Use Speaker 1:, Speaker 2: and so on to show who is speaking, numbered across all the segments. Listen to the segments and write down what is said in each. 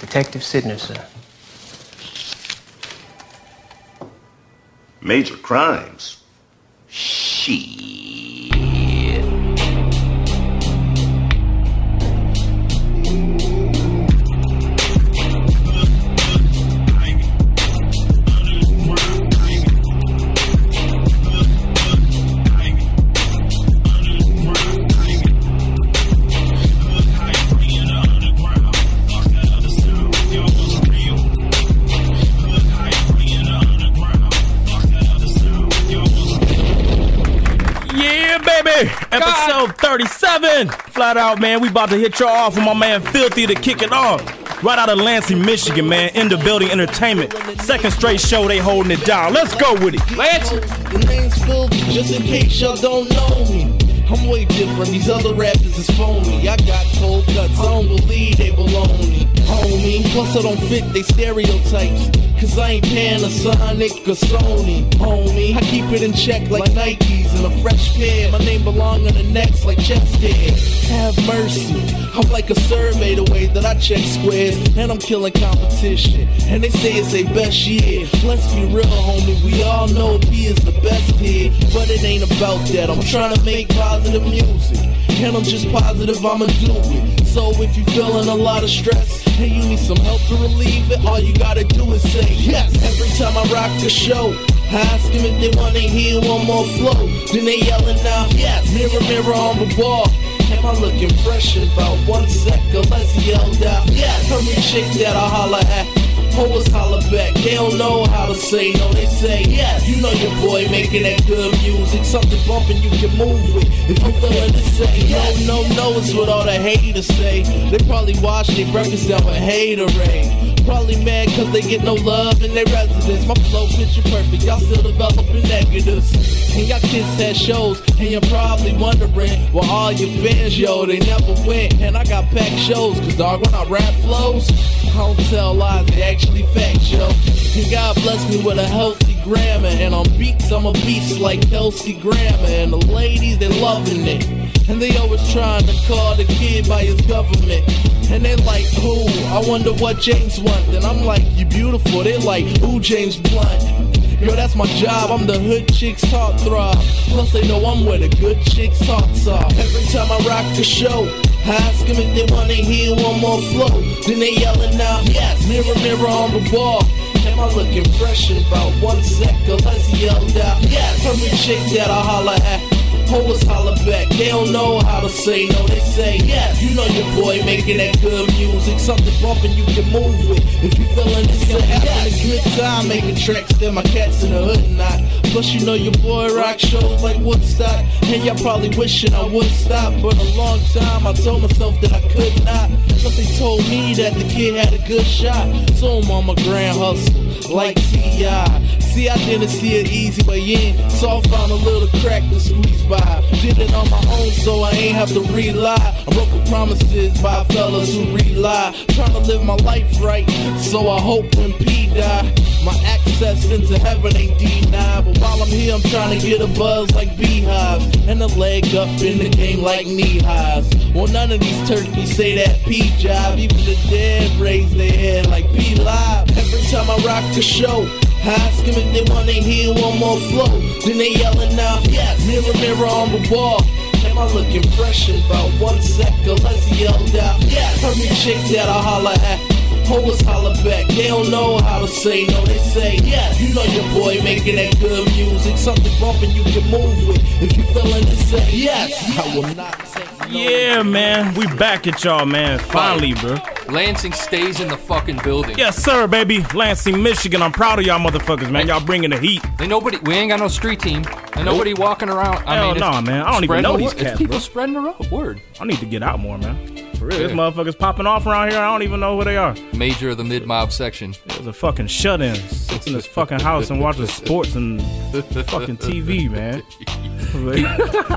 Speaker 1: Detective Sidnerson.
Speaker 2: Major crimes? Shit.
Speaker 3: Yeah, baby. Episode 37. Flat out, man. We about to hit y'all off with my man Filthy to kick it off. Right out of Lansing, Michigan, man. In the building entertainment. Second straight show, they holding it down. Let's go with it.
Speaker 4: The name's filthy, just in case y'all don't know me. I'm way different, these other rappers is phony. I got cold cuts, I don't believe they baloney. Homie, plus I don't fit they stereotypes. Cause I ain't Panasonic or Sony. Homie, I keep it in check like Nikes and a fresh pair. My name belong on the necks like checks did. Have mercy, I'm like a survey the way that I check squares. And I'm killing competition. And they say it's their best year. Let's be real, homie, we all know P is the best here. But it ain't about that, I'm trying to make positive music. And I'm just positive I'ma do it. So if you feeling a lot of stress and you need some help to relieve it, all you gotta do is say yes. Every time I rock the show, I ask them if they wanna hear one more flow. Then they yelling out yes. Mirror, mirror on the wall. Am I looking fresh in about one second? Let's yell out yes. Tell me chick that I holler at. Poets holler back, they don't know how to say no, they say yes. You know your boy making that good music, something bumping you can move with. If you feeling the same, no, no, no is what all the haters say. They probably watch their records down with haterade. Probably mad cause they get no love in their residence. My flow picture perfect, y'all still developing negatives. And y'all kids had shows, and you're probably wondering, well, all your fans, yo, they never went. And I got packed shows, cause dog, when I rap flows, I don't tell lies, they actually facts, yo. And God bless me with a healthy grammar. And on beats, I'm a beast like Kelsey Grammer. And the ladies, they loving it. And they always trying to call the kid by his government. And they like, who? I wonder what James want. Then I'm like, you beautiful. They like, ooh, James Blunt. Yo, that's my job. I'm the hood chick's heart throb. Plus, they know I'm where the good chick's hearts are. Every time I rock the show, I ask them if they wanna hear one more flow. Then they yelling out, yes. Mirror, mirror on the wall. Am I looking fresh in about one second? Let's yell out, yes. Every chick that I holler at. Poets holler back, they don't know how to say no, they say yes. You know your boy making that good music, something bumping you can move with. If you feeling this, you're having a good time making tracks, then my cats in the hood and I. Plus you know your boy rock shows like Woodstock, and y'all probably wishing I would stop. But a long time I told myself that I could not, but they told me that the kid had a good shot. So I'm on my grand hustle, like T.I. See, I didn't see it easy way in, so I found a little crack to squeeze by. Did it on my own, so I ain't have to rely. I broke the promises by fellas who rely. Trying to live my life right, so I hope when P die, my access into heaven ain't denied. But while I'm here, I'm trying to get a buzz like beehives, and a leg up in the game like knee highs. Well, none of these turkeys say that P jive, even the dead raise their head like P live. Every time I rock the show, I ask them if they wanna hear one more flow. Then they yelling out, yes. Mirror, mirror on the wall. Am I looking fresh in about one second? Let's yell out, yes. Every chick that I holler at. Poets holler back, they don't know how to say no, they say yes. You know your boy making that good music, something bumping you can move with. If you feeling the same, yes. I will not take no.
Speaker 3: Yeah, man. We back at y'all, man. Finally, bro.
Speaker 5: Lansing stays in the fucking building.
Speaker 3: Yes, sir, baby. Lansing, Michigan. I'm proud of y'all motherfuckers, man. Y'all bringing the heat.
Speaker 5: Ain't nobody. We ain't got no street team. Ain't nobody walking around. I
Speaker 3: Hell
Speaker 5: mean, it's-
Speaker 3: nah, man. I don't even
Speaker 5: spread
Speaker 3: know
Speaker 5: the
Speaker 3: these
Speaker 5: word. It's
Speaker 3: cats,
Speaker 5: people
Speaker 3: bro.
Speaker 5: spreading the ro- word.
Speaker 3: I need to get out more, man. For real. This
Speaker 5: Yeah.
Speaker 3: motherfucker's popping off around here. I don't even know who they are.
Speaker 5: Major of the mid mob section.
Speaker 3: There's a fucking shut in. Sits in his fucking house and watches sports and fucking TV, man.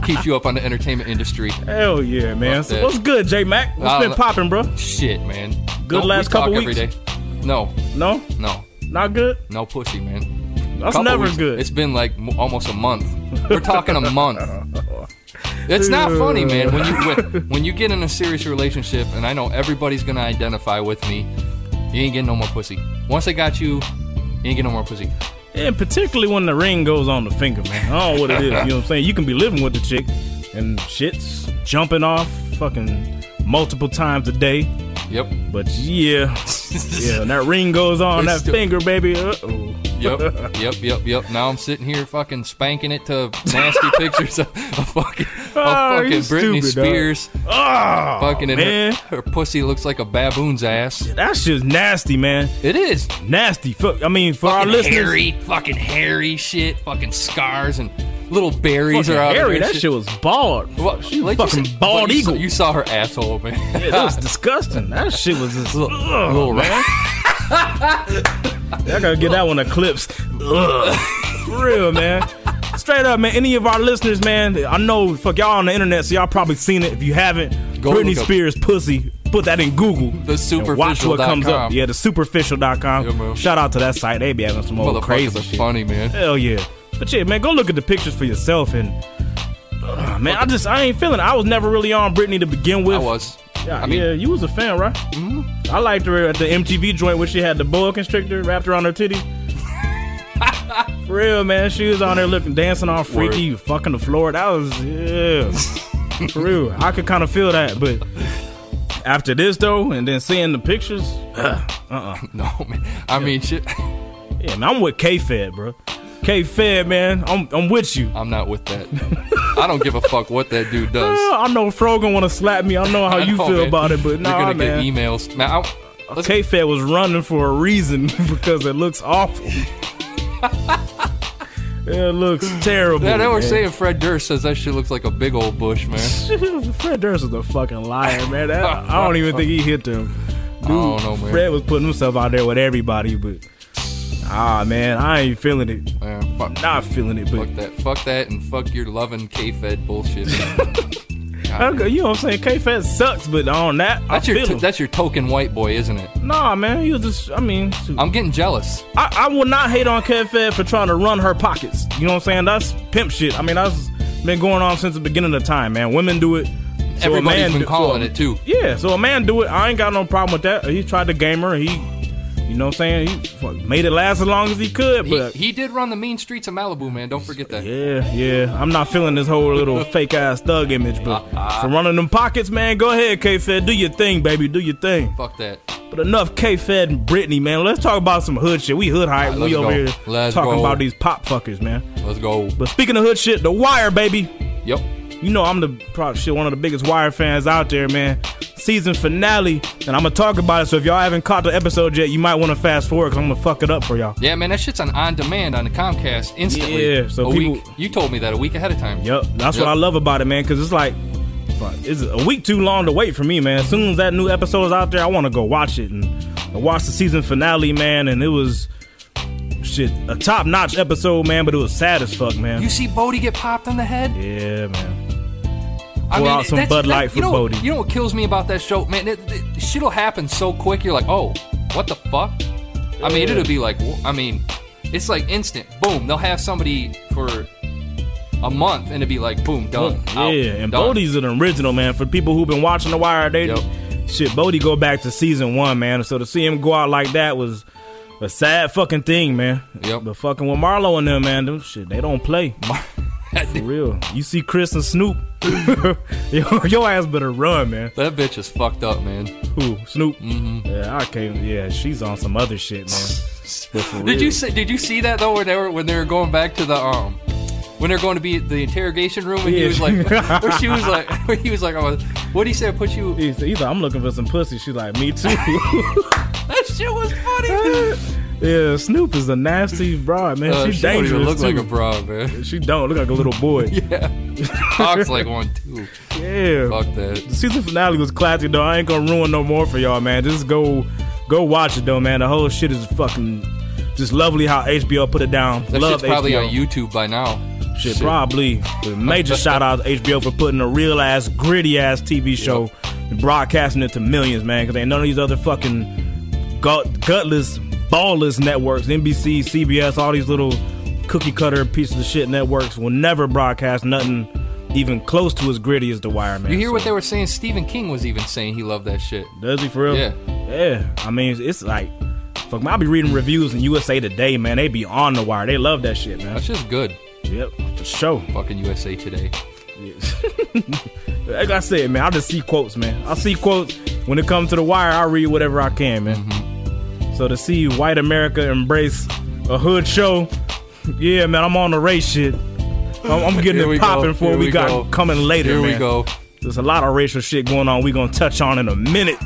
Speaker 5: Keeps you up on the entertainment industry.
Speaker 3: Hell yeah, man. So
Speaker 5: that.
Speaker 3: what's good, J Mac? What's
Speaker 5: Uh,
Speaker 3: been popping, bro?
Speaker 5: Shit, man. Good
Speaker 3: last couple
Speaker 5: every day.
Speaker 3: weeks?
Speaker 5: No,
Speaker 3: No?
Speaker 5: no,
Speaker 3: Not good?
Speaker 5: no pussy, man.
Speaker 3: That's
Speaker 5: Couple
Speaker 3: never
Speaker 5: weeks.
Speaker 3: good.
Speaker 5: It's been like m- almost a month. We're talking a month. It's not funny, man. When you when, when you get in a serious relationship, and I know everybody's gonna identify with me. You ain't getting no more pussy. Once they got you, you ain't getting no more pussy.
Speaker 3: And particularly when the ring goes on the finger, man. I don't know what it is. You know what I'm saying? You can be living with the chick and shit's jumping off fucking multiple times a day.
Speaker 5: Yep.
Speaker 3: But yeah, yeah, and that ring goes on that
Speaker 5: It's still-
Speaker 3: finger, baby. Uh oh.
Speaker 5: Yep. Yep. Yep. Yep. Now I'm sitting here fucking spanking it to nasty pictures of a fucking, a
Speaker 3: Oh,
Speaker 5: fucking
Speaker 3: you
Speaker 5: Britney
Speaker 3: stupid, dog.
Speaker 5: Spears.
Speaker 3: Oh,
Speaker 5: Fucking and her,
Speaker 3: man.
Speaker 5: her pussy looks like a baboon's ass.
Speaker 3: That shit's nasty, man.
Speaker 5: It is.
Speaker 3: Nasty. Fuck. I mean, for our
Speaker 5: Fucking
Speaker 3: listeners,
Speaker 5: hairy, fucking hairy shit, fucking scars and little berries
Speaker 3: fucking
Speaker 5: are out
Speaker 3: hairy.
Speaker 5: of
Speaker 3: That shit was bald.
Speaker 5: Well,
Speaker 3: she
Speaker 5: like
Speaker 3: was
Speaker 5: you
Speaker 3: fucking
Speaker 5: said-
Speaker 3: bald
Speaker 5: you
Speaker 3: eagle.
Speaker 5: Saw, you saw her asshole, man.
Speaker 3: yeah, that was disgusting. That shit was just.
Speaker 5: little,
Speaker 3: Ugh,
Speaker 5: little rat.
Speaker 3: I gotta get that one eclipsed. Ugh. For real, man. Straight up, man. Any of our listeners, man, I know, fuck y'all on the internet, so y'all probably seen it. If you haven't,
Speaker 5: Go
Speaker 3: Britney
Speaker 5: look up.
Speaker 3: Spears pussy. Put that in Google.
Speaker 5: The
Speaker 3: and watch what comes up.
Speaker 5: superficial.com.
Speaker 3: Yeah, the superficial.com.
Speaker 5: Yeah, man.
Speaker 3: Shout out to that site. They be having some old
Speaker 5: Motherfuckers
Speaker 3: crazy
Speaker 5: are
Speaker 3: shit.
Speaker 5: funny, man.
Speaker 3: Hell yeah. But yeah, man, go look at the pictures for yourself and. Ugh, man, I just I ain't feeling. it. I was never really on Britney to begin with.
Speaker 5: I was.
Speaker 3: Yeah,
Speaker 5: I mean-
Speaker 3: yeah, you was a fan, right? Mm-hmm. I liked her at the MTV joint where she had the boa constrictor wrapped around her titty. For real, man, she was on there looking, dancing all freaky, fucking the floor. That was yeah. For real, I could kind of feel that, but after this though, and then seeing the pictures,
Speaker 5: No, man. I mean, shit.
Speaker 3: yeah, man, I'm with K Fed, bro. K Fed, man, I'm I'm with you.
Speaker 5: I'm not with that. I don't give a fuck what that dude does.
Speaker 3: I know Frogan want to slap me. I know how
Speaker 5: I
Speaker 3: you
Speaker 5: know,
Speaker 3: feel
Speaker 5: man.
Speaker 3: about it,
Speaker 5: You're
Speaker 3: but nah,
Speaker 5: gonna get
Speaker 3: man.
Speaker 5: emails. Man, I, let's,
Speaker 3: K Fed was running for a reason because it looks awful. it looks terrible.
Speaker 5: yeah, they were
Speaker 3: man.
Speaker 5: saying Fred Durst says that shit looks like a big old bush, man.
Speaker 3: Fred Durst is a fucking liar, man. That, I don't even think he hit them.
Speaker 5: I don't know, man.
Speaker 3: Fred was putting himself out there with everybody, but ah, man, I ain't feeling it.
Speaker 5: Man, fuck,
Speaker 3: Not feeling it, but
Speaker 5: fuck that. Fuck that and fuck your loving K-Fed bullshit.
Speaker 3: Okay, you know what I'm saying. K Fed sucks, but on that, I
Speaker 5: That's
Speaker 3: feel
Speaker 5: your,
Speaker 3: him.
Speaker 5: that's your token white boy, isn't it?
Speaker 3: Nah, man, you just. I mean, shoot.
Speaker 5: I'm getting jealous.
Speaker 3: I, I will not hate on Kev Fed for trying to run her pockets. You know what I'm saying? That's pimp shit. I mean, that's been going on since the beginning of time, man. Women do it. So a
Speaker 5: Everybody's
Speaker 3: man
Speaker 5: been
Speaker 3: do- so
Speaker 5: calling
Speaker 3: a-
Speaker 5: it, too.
Speaker 3: Yeah, so a man do it. I ain't got no problem with that. He tried to game her. He, you know what I'm saying? He fuck, made it last as long as he could,
Speaker 5: He,
Speaker 3: but.
Speaker 5: he did run the mean streets of Malibu, man. Don't forget that.
Speaker 3: yeah, yeah. I'm not feeling this whole little fake ass thug image, but
Speaker 5: Uh-uh.
Speaker 3: for running them pockets, man, go ahead, K Fed. Do your thing, baby. Do your thing.
Speaker 5: Fuck that.
Speaker 3: But enough K Fed and Brittany, man. Let's talk about some hood shit. We hood hype.
Speaker 5: All right,
Speaker 3: we
Speaker 5: let's
Speaker 3: over
Speaker 5: go.
Speaker 3: here
Speaker 5: Let's
Speaker 3: talking
Speaker 5: go.
Speaker 3: about these pop fuckers, man.
Speaker 5: Let's go.
Speaker 3: But speaking of hood shit, The Wire, baby.
Speaker 5: Yep.
Speaker 3: You know I'm the probably shit, one of the biggest Wire fans out there, man. Season finale, and I'm gonna talk about it. So if y'all haven't caught the episode yet, you might want to fast forward because I'm gonna fuck it up for y'all.
Speaker 5: Yeah, man, that shit's on on demand on the Comcast instantly.
Speaker 3: Yeah, so
Speaker 5: a
Speaker 3: people-
Speaker 5: week. You told me that a week ahead of time.
Speaker 3: Yep, that's what
Speaker 5: Yep.
Speaker 3: I love about it, man. Because it's like, fuck, it's a week too long to wait for me, man. As soon as that new episode is out there, I want to go watch it and I watched the season finale, man. And it was shit a top notch episode, man. But it was sad as fuck, man.
Speaker 5: You see Bodie get popped on the head?
Speaker 3: yeah, man.
Speaker 5: I
Speaker 3: Pour out some
Speaker 5: that's-
Speaker 3: Bud
Speaker 5: that-
Speaker 3: Light for
Speaker 5: you know,
Speaker 3: Bodie.
Speaker 5: You know what kills me about that show, man? It, it, shit'll happen so quick. You're like, oh, what the fuck? I mean,
Speaker 3: Yeah.
Speaker 5: it'll be like, wh- I mean, it's like instant. Boom. They'll have somebody for a month, and it'll be like, boom, done.
Speaker 3: Mm, Yeah,
Speaker 5: Oh, out,
Speaker 3: and
Speaker 5: done.
Speaker 3: Bodie's an original man. For people who've been watching The Wire, they
Speaker 5: Yep.
Speaker 3: shit. Bodie go back to season one, man. So to see him go out like that was a sad fucking thing, man.
Speaker 5: Yep.
Speaker 3: But fucking with Marlo and them, man, them shit, they don't play. For
Speaker 5: that
Speaker 3: real. You see Chris and Snoop, your, your ass better run, man.
Speaker 5: bitch is fucked up, man.
Speaker 3: Who? Snoop?
Speaker 5: Mm-hmm.
Speaker 3: Yeah, I can't. Yeah, she's on some other shit, man.
Speaker 5: Did you see? Did you see that though? When they were when they were going back to the um, when they're going to be at the interrogation room, and
Speaker 3: Yeah.
Speaker 5: he was like, where she was like, where he was like, oh, what did he say? I put you.
Speaker 3: He's, he's like, I'm looking for some pussy. She's like, me too.
Speaker 5: That shit was funny.
Speaker 3: yeah, Snoop is a nasty broad, man.
Speaker 5: Uh,
Speaker 3: she's
Speaker 5: she don't
Speaker 3: dangerous.
Speaker 5: even look
Speaker 3: too.
Speaker 5: like a bra, man.
Speaker 3: She don't look like a little boy.
Speaker 5: Talks like one too.
Speaker 3: Yeah.
Speaker 5: Fuck that.
Speaker 3: The season finale was classic though. I ain't gonna ruin no more for y'all, man. Just go go watch it though, man. The whole shit is fucking just lovely how HBO put it down.
Speaker 5: That
Speaker 3: Love
Speaker 5: shit's probably
Speaker 3: HBO.
Speaker 5: on YouTube by now.
Speaker 3: Shit, probably. But major shout out to HBO for putting a real ass, gritty ass TV show and broadcasting it to millions, man. Because ain't none of these other fucking gut, gutless, ballless networks, NBC, CBS, all these little cookie cutter pieces of shit networks will never broadcast nothing even close to as gritty as The Wire, man.
Speaker 5: You hear what
Speaker 3: So-
Speaker 5: they were saying? Stephen King was even saying he loved that shit.
Speaker 3: Does he for real?
Speaker 5: Yeah.
Speaker 3: Yeah, I mean, it's like, fuck, man, I be reading reviews in USA Today, man. They be on the wire. They love that shit, man.
Speaker 5: That's just good.
Speaker 3: Yep, for sure.
Speaker 5: Fucking USA Today.
Speaker 3: Like I said, man, I just see quotes, man. I see quotes. When it comes to the wire, I read whatever I can, man.
Speaker 5: Mm-hmm.
Speaker 3: So to see white America embrace a hood show, yeah, man, I'm on the race shit. I'm, I'm getting
Speaker 5: Here we
Speaker 3: it
Speaker 5: go,
Speaker 3: popping for
Speaker 5: here
Speaker 3: what we
Speaker 5: we
Speaker 3: got
Speaker 5: go.
Speaker 3: coming later,
Speaker 5: Here we
Speaker 3: man.
Speaker 5: go.
Speaker 3: There's a lot of racial shit going on. We gonna touch on in a minute.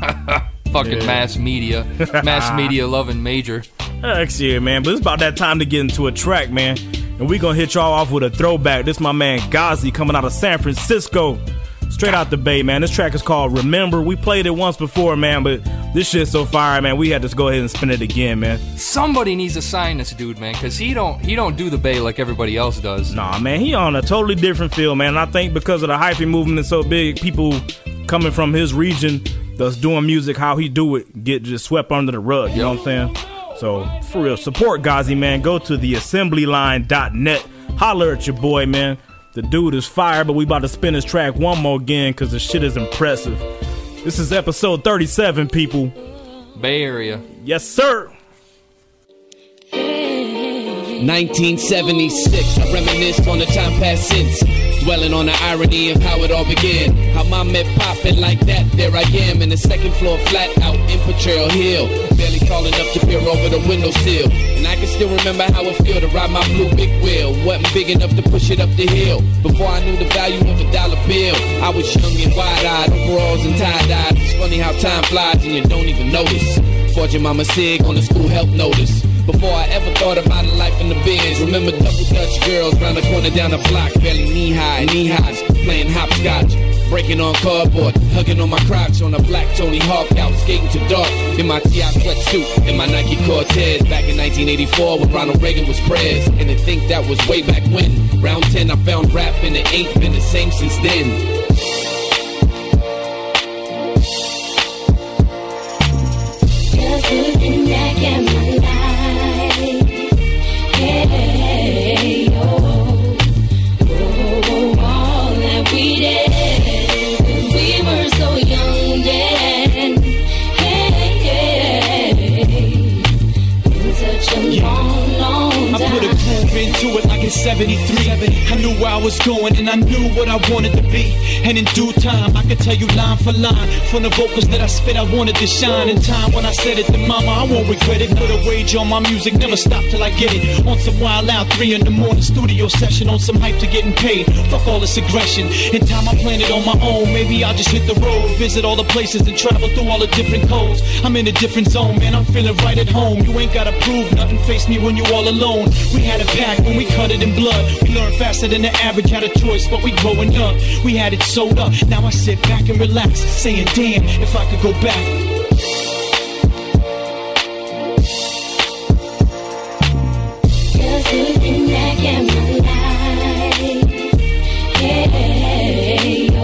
Speaker 5: Fucking
Speaker 3: Yeah.
Speaker 5: mass media. mass media loving major.
Speaker 3: Next year, man. But it's about that time to get into a track, man. And we gonna hit y'all off with a throwback. This my man Gazi coming out of San Francisco. Straight out the bay, man. This track is called Remember. We played it once before, man, but this shit's so fire, man. We had to go ahead and spin it again, man.
Speaker 5: Somebody needs to sign this dude, man, because he don't he don't do the bay like everybody else does.
Speaker 3: Nah, man, he on a totally different field, man. And I think because of the hyphy movement is so big, people coming from his region that's doing music how he do it get just swept under the rug. You know what I'm saying? So for real, support Ghazi, man. Go to theassemblyline.net. Holler at your boy, man. The dude is fire, but we about to spin his track one more again because the shit is impressive. This is episode 37, people.
Speaker 5: Bay Area.
Speaker 3: Yes, sir.
Speaker 1: 1976, I reminisce on the time past since. Dwelling on the irony of how it all began. How my met popping like that. There I am in the second floor flat out in Patrol Hill. Barely calling up to peer over the window sill. And I can still remember how it feel to ride my blue big wheel. Wasn't big enough to push it up the hill. Before I knew the value of a dollar bill, I was young and wide eyed, overalls and tie dyed. It's funny how time flies and you don't even notice. Forging Mama Sig on the school help notice. Before I ever thought about a life in the biz, remember double dutch girls round the corner down the block, barely knee high, knee highs, playing hopscotch, breaking on cardboard, hugging on my crotch on a black Tony Hawk out, skating to dark in my Ti sweatsuit and my Nike Cortez. Back in 1984 when Ronald Reagan was prez, and to think that was way back when. Round 10, I found rap and it ain't been the same since then.
Speaker 6: Just looking back at my life, hey, oh, oh, all that we did when we were so young then, hey, been such a long, long
Speaker 7: I put a
Speaker 6: time.
Speaker 7: groove into it like in 73. I knew where I was going and I knew what I wanted to be. And in due time, I could tell you line for line. From the vocals that I spit, I wanted to shine. In time, when I said it to mama, I won't regret it. Put a wage on my music, never stop till I get it. On some wild out, three in the morning studio session. On some hype to getting paid. Fuck all this aggression. In time, I planned it on my own. Maybe I'll just hit the road, visit all the places and travel through all the different codes. I'm in a different zone, man. I'm feeling right at home. You ain't gotta prove nothing. Face me when you all alone. We had a pack when we cut it in blood. We learned faster than the average. Had a choice, but we growing up. We had it sold up. Now I sit back and relax, saying, damn, if I could go back.
Speaker 6: Just looking back at my life, hey, oh,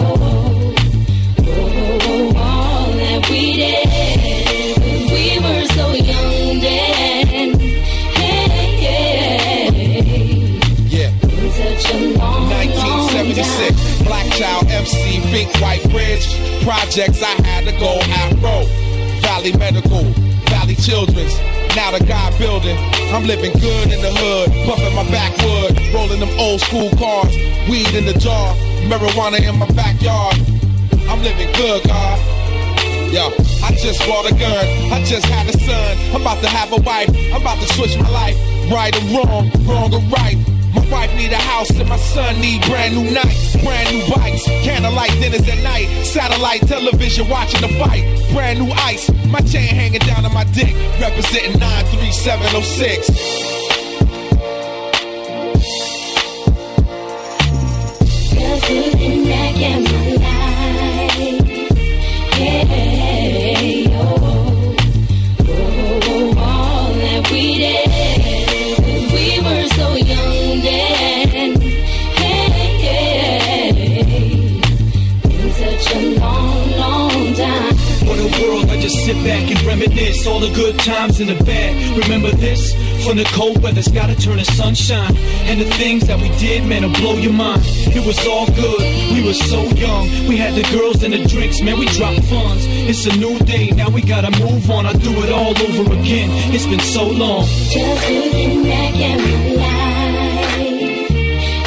Speaker 6: oh, all that we did when we were so young then, hey,
Speaker 8: Yeah.
Speaker 6: been such a long, long time.
Speaker 8: 1976, Black Child MC, Fink White Bridge. Projects I had to go afro. Valley Medical, Valley Children's. Now the God building. I'm living good in the hood, puffing my backwood, rolling them old school cars, weed in the jar, marijuana in my backyard. I'm living good, God. Yo, I just bought a gun. I just had a son. I'm about to have a wife. I'm about to switch my life. Right or wrong, wrong or right. My wife need a house and my son need brand new nights, brand new bikes, candlelight dinners at night, satellite television watching the fight, brand new ice, my chain hanging down on my dick, representing 93706.
Speaker 6: Just looking back at my life, hey, oh, oh, all that we did when we were so young then, hey, been such a long, long time.
Speaker 7: What a world, I just sit back and reminisce. this, all the good times and the bad. Remember this, from the cold weather's gotta turn to sunshine. And the things that we did, man, will blow your mind. It was all good, we were so young. We had the girls and the drinks, man, we dropped funds. It's a new day, now we gotta move on. I do it all over again, it's been so long.
Speaker 2: Just looking back at my life,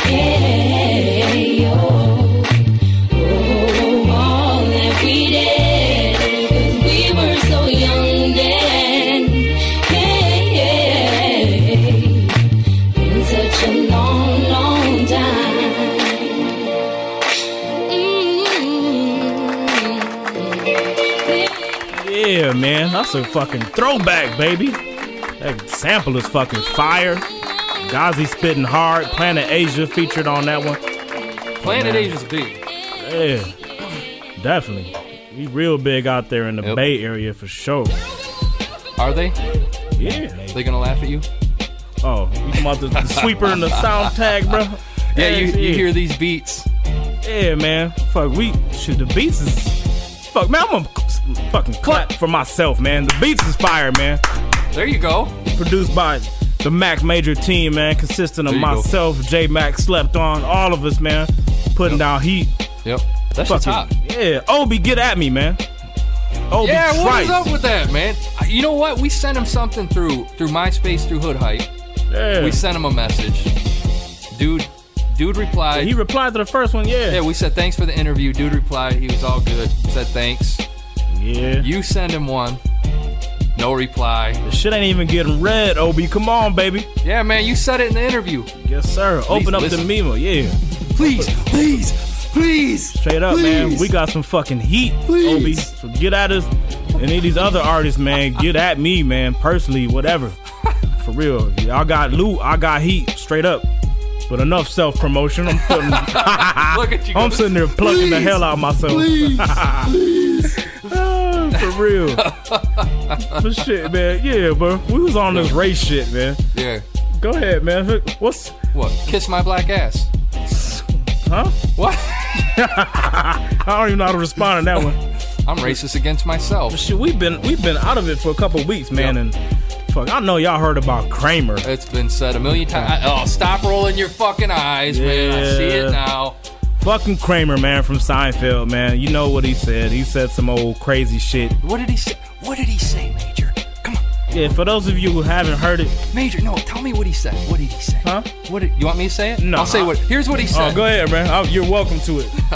Speaker 2: yeah, oh, oh, all that we did, 'cause we were so young then, yeah, been such a long, long Mm-hmm. time.
Speaker 3: Yeah, man, that's a fucking throwback, baby. That sample is fucking fire. Gazi spitting hard. Planet Asia featured on that one.
Speaker 5: Planet Asia's big.
Speaker 3: Yeah, definitely. We real big out there in the
Speaker 5: Yep.
Speaker 3: Bay Area for sure.
Speaker 5: Are they?
Speaker 3: Yeah.
Speaker 5: They gonna laugh at you?
Speaker 3: Oh, you talking about the, the sweeper and the sound tag, bro?
Speaker 5: Yeah, you,
Speaker 3: Hell
Speaker 5: you
Speaker 3: yeah.
Speaker 5: hear these beats.
Speaker 3: Yeah, man. Fuck, we shit. The beats is fuck, man. I'm gonna fucking clap for myself, man. The beats is fire, man.
Speaker 5: There you go.
Speaker 3: Produced by the Mac Major team, man, consisting of
Speaker 5: There you go.
Speaker 3: myself, J Mac, slept on, all of us, man, putting down heat.
Speaker 5: Yep. That's your
Speaker 3: Fuck
Speaker 5: top.
Speaker 3: it. Yeah, Obi, get at me, man. Obi,
Speaker 5: Yeah, what is
Speaker 3: Trice.
Speaker 5: up with that, man? I- You know what? We sent him something through through MySpace through Hood Hype.
Speaker 3: Yeah.
Speaker 5: We sent him a message. Dude, dude replied.
Speaker 3: he replied to the first one,
Speaker 5: yeah,
Speaker 3: yeah.
Speaker 5: we said thanks for the interview. Dude replied he was all good. Said thanks.
Speaker 3: Yeah.
Speaker 5: You send him one. No reply.
Speaker 3: The shit ain't even getting red, Obi. Come on, baby.
Speaker 5: Yeah, man, you said it in the interview.
Speaker 3: Yes, sir. Open up
Speaker 5: listen.
Speaker 3: the memo, yeah.
Speaker 5: Please, please, please.
Speaker 3: Straight up, man.
Speaker 5: Please.
Speaker 3: We got some fucking heat, Obi.
Speaker 5: Please.
Speaker 3: So get at us. Any of these other artists, man, get at me, man, personally, whatever. For real. I got loot, I got heat, straight up. But enough self promotion. I'm putting,
Speaker 5: Look at you.
Speaker 3: I'm
Speaker 5: go.
Speaker 3: sitting there plugging the hell out of myself. Ah, For real. For shit, man. Yeah, bro. We was on this race shit, man.
Speaker 5: Yeah.
Speaker 3: Go ahead, man. What's
Speaker 5: What? Kiss my black ass.
Speaker 3: huh?
Speaker 5: What?
Speaker 3: I don't even know how to respond to that one.
Speaker 5: I'm racist against myself.
Speaker 3: Shit, we've been we've been out of it for a couple weeks, man, and fuck, I know y'all heard about Kramer.
Speaker 5: It's been said a million times. Oh, stop rolling your fucking eyes, man. I see
Speaker 3: Yeah.
Speaker 5: it now.
Speaker 3: Fucking Kramer, man, from Seinfeld, man. You know what he said? He said some old crazy shit.
Speaker 5: What did he say? What did he say, Major? Come on.
Speaker 3: Yeah, for those of you who haven't heard it,
Speaker 5: Major, no, tell me what he said. What did he say?
Speaker 3: Huh?
Speaker 5: What did, you want me to say it?
Speaker 3: No.
Speaker 5: I'll say what. Here's what he said.
Speaker 3: oh, go ahead, man. Oh, you're welcome to it.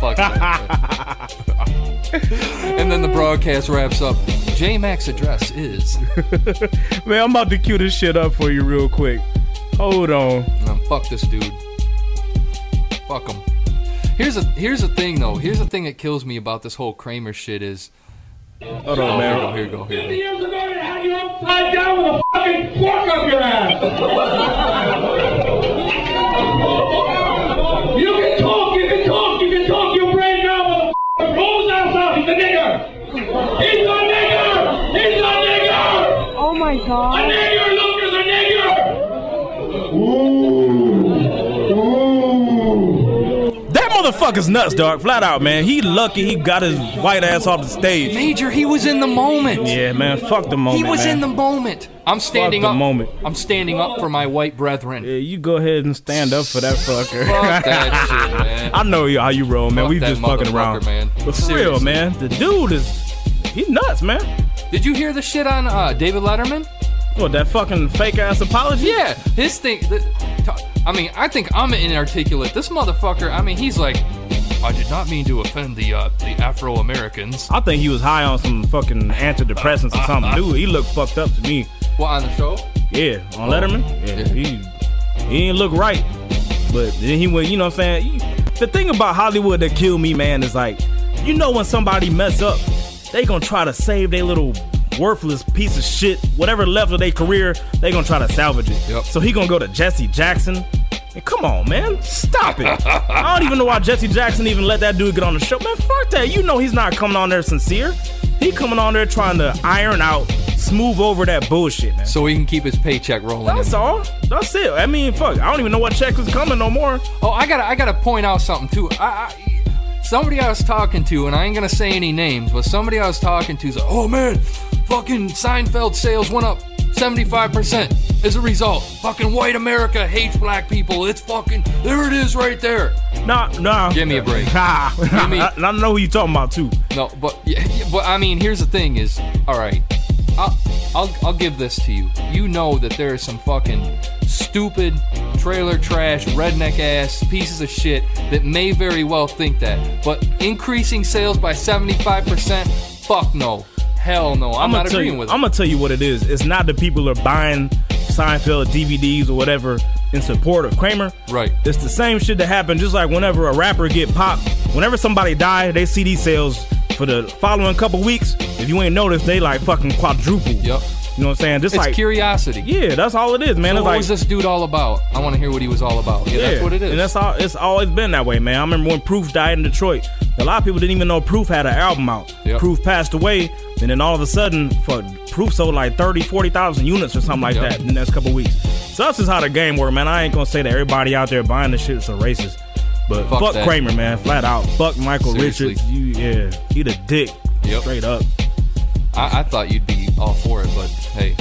Speaker 5: Fuck that. and then the broadcast wraps up. J Mac's address is.
Speaker 3: Man, I'm about to cue this shit up for you real quick. Hold on.
Speaker 5: Um, fuck this dude. Fuck him. Here's a here's a thing though. Here's a thing that kills me about this whole Kramer shit is.
Speaker 3: Hold on,
Speaker 5: Oh, here
Speaker 3: man.
Speaker 5: go, here go, here go.
Speaker 9: years ago they had you upside down with a fucking fork up your ass. you can talk, you can talk, you can talk your brain now, motherfucker. Rolls outside, he's a nigger. He's a nigger! He's a nigger!
Speaker 10: Oh my
Speaker 9: A
Speaker 10: god.
Speaker 9: nigger, look, is a nigger!
Speaker 3: That motherfucker's nuts, dog. Flat out, man. He lucky he got his white ass off the stage.
Speaker 5: Major, he was in the moment.
Speaker 3: Yeah, man. Fuck the
Speaker 5: He
Speaker 3: moment.
Speaker 5: was
Speaker 3: man.
Speaker 5: in the moment. I'm standing
Speaker 3: the
Speaker 5: up.
Speaker 3: moment.
Speaker 5: I'm standing up for my white brethren.
Speaker 3: Yeah, you go ahead and stand up for that fucker.
Speaker 5: Fuck that shit, man.
Speaker 3: I know you how you roll, man.
Speaker 5: Fuck
Speaker 3: we
Speaker 5: that
Speaker 3: just fucking around,
Speaker 5: motherfucker, man.
Speaker 3: But for real,
Speaker 5: Seriously.
Speaker 3: man, the dude is he nuts, man.
Speaker 5: Did you hear the shit on uh, David Letterman?
Speaker 3: What that fucking fake ass apology?
Speaker 5: Yeah, his thing. The, t- I mean, I think I'm inarticulate. This motherfucker. I mean, he's like, I did not mean to offend the uh, the Afro Americans.
Speaker 3: I think he was high on some fucking antidepressants or something. Dude, he looked fucked up to me.
Speaker 5: What on the show?
Speaker 3: Yeah, on Letterman. Yeah, he he didn't look right. But then he went, you know what I'm saying? He- the thing about Hollywood that killed me, man, is like, you know when somebody mess up, they gonna try to save their little worthless piece of shit, whatever left of their career, they gonna try to salvage it.
Speaker 5: Yep.
Speaker 3: So he gonna go to Jesse Jackson. And come on, man, stop it. I don't even know why Jesse Jackson even let that dude get on the show. Man, fuck that. You know he's not coming on there sincere. He coming on there trying to iron out, smooth over that bullshit, man.
Speaker 5: So he can keep his paycheck rolling.
Speaker 3: That's all. That's it. I mean, fuck. I don't even know what check is coming no more.
Speaker 5: Oh, I gotta, I gotta point out something too. I, I, somebody I was talking to, and I ain't gonna say any names, but somebody I was talking to is like, "Oh man, Fucking Seinfeld sales went up 75% as a result. Fucking white America hates black people. It's fucking, there it is right there.
Speaker 3: Nah, nah.
Speaker 5: Give me a break.
Speaker 3: Nah.
Speaker 5: me-
Speaker 3: I, I know who you talking about too.
Speaker 5: No, but yeah, yeah, but I mean, here's the thing: is all right. I'll, I'll I'll give this to you. You know that there is some fucking stupid trailer trash, redneck ass pieces of shit that may very well think that. But increasing sales by seventy five percent? Fuck no. Hell no. I'm, not
Speaker 3: tell
Speaker 5: agreeing
Speaker 3: you,
Speaker 5: with
Speaker 3: I'm
Speaker 5: it.
Speaker 3: gonna tell you what it is. It's not the people who are buying Seinfeld DVDs or whatever in support of Kramer.
Speaker 5: Right.
Speaker 3: It's the same shit that happened. Just like whenever a rapper get popped, whenever somebody die, they CD sales for the following couple weeks. If you ain't noticed, they like fucking quadruple.
Speaker 5: Yep.
Speaker 3: You know what I'm saying? Just
Speaker 5: It's
Speaker 3: like
Speaker 5: curiosity.
Speaker 3: yeah, that's all it is, man.
Speaker 5: So
Speaker 3: it's
Speaker 5: what
Speaker 3: like
Speaker 5: was this dude all about? I want to hear what he was all about. Yeah, that's what it is.
Speaker 3: And that's all. It's always been that way, man. I remember when Proof died in Detroit. A lot of people didn't even know Proof had an album out.
Speaker 5: Yep.
Speaker 3: Proof passed away, and then all of a sudden, fuck, Proof sold like 30, 40,000 units or something like
Speaker 5: Yep.
Speaker 3: that in the next couple weeks. So that's just how the game works, man. I ain't gonna say that everybody out there buying this shit is a racist, but
Speaker 5: Fuck
Speaker 3: fuck,
Speaker 5: that.
Speaker 3: Kramer, man, flat out. Fuck Michael
Speaker 5: Seriously.
Speaker 3: Richards. You, yeah, he the dick,
Speaker 5: Yep.
Speaker 3: straight up.
Speaker 5: I, I thought you'd be all for it, but hey,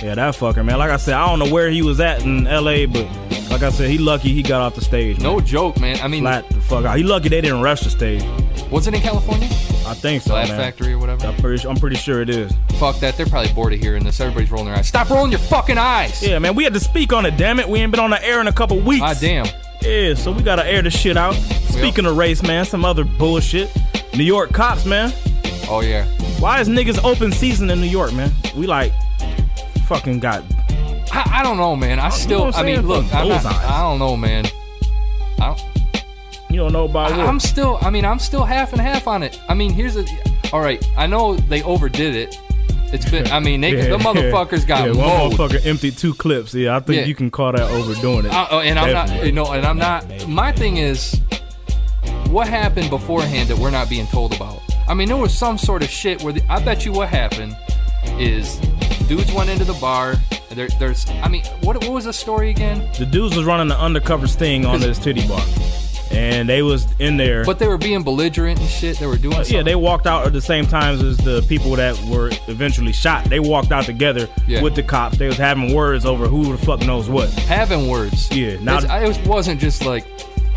Speaker 3: Yeah, that fucker, man. Like I said, I don't know where he was at in L.A., but like I said, he lucky he got off the stage. man.
Speaker 5: no joke, man. I mean,
Speaker 3: flat the fuck out. He lucky they didn't rush the stage.
Speaker 5: was it in California?
Speaker 3: I think so,
Speaker 5: Laugh
Speaker 3: man.
Speaker 5: Factory or whatever?
Speaker 3: I'm pretty, I'm pretty sure it is.
Speaker 5: Fuck that. They're probably bored of hearing this. Everybody's rolling their eyes. Stop rolling your fucking eyes.
Speaker 3: Yeah, man, we had to speak on it. Damn it, we ain't been on the air in a couple weeks.
Speaker 5: Ah, damn.
Speaker 3: Yeah, so we gotta air the shit out. Speaking of race, man, some other bullshit. New York cops, man.
Speaker 5: Oh, yeah.
Speaker 3: Why is niggas open season in New York, man? We like fucking got.
Speaker 5: I, I don't know, man. I still,
Speaker 3: what I'm
Speaker 5: I mean,
Speaker 3: saying?
Speaker 5: look,
Speaker 3: Those
Speaker 5: I'm not,
Speaker 3: eyes.
Speaker 5: I don't know, man. I don't,
Speaker 3: You don't know about
Speaker 5: I-
Speaker 3: what.
Speaker 5: I'm still, I mean, I'm still half and half on it. I mean, here's a, all right. I know they overdid it. It's been, I mean, they,
Speaker 3: Yeah,
Speaker 5: the motherfuckers got
Speaker 3: yeah,
Speaker 5: mowed.
Speaker 3: one motherfucker emptied two clips. Yeah, I think
Speaker 5: Yeah.
Speaker 3: you can call that overdoing it.
Speaker 5: I, oh, and I'm not.
Speaker 3: Definitely.
Speaker 5: No, and I'm not. My thing is, what happened beforehand that we're not being told about? I mean, there was some sort of shit where the, I bet you what happened is dudes went into the bar. and There, there's. I mean, what what was the story again?
Speaker 3: The dudes was running an undercover sting on this titty bar, and they was in there.
Speaker 5: But they were being belligerent and shit. They were doing.
Speaker 3: Yeah,
Speaker 5: something.
Speaker 3: they walked out at the same times as the people that were eventually shot. They walked out together
Speaker 5: Yeah.
Speaker 3: with the cops. They was having words over who the fuck knows what.
Speaker 5: having words.
Speaker 3: Yeah, now-
Speaker 5: It's- I, it wasn't just like,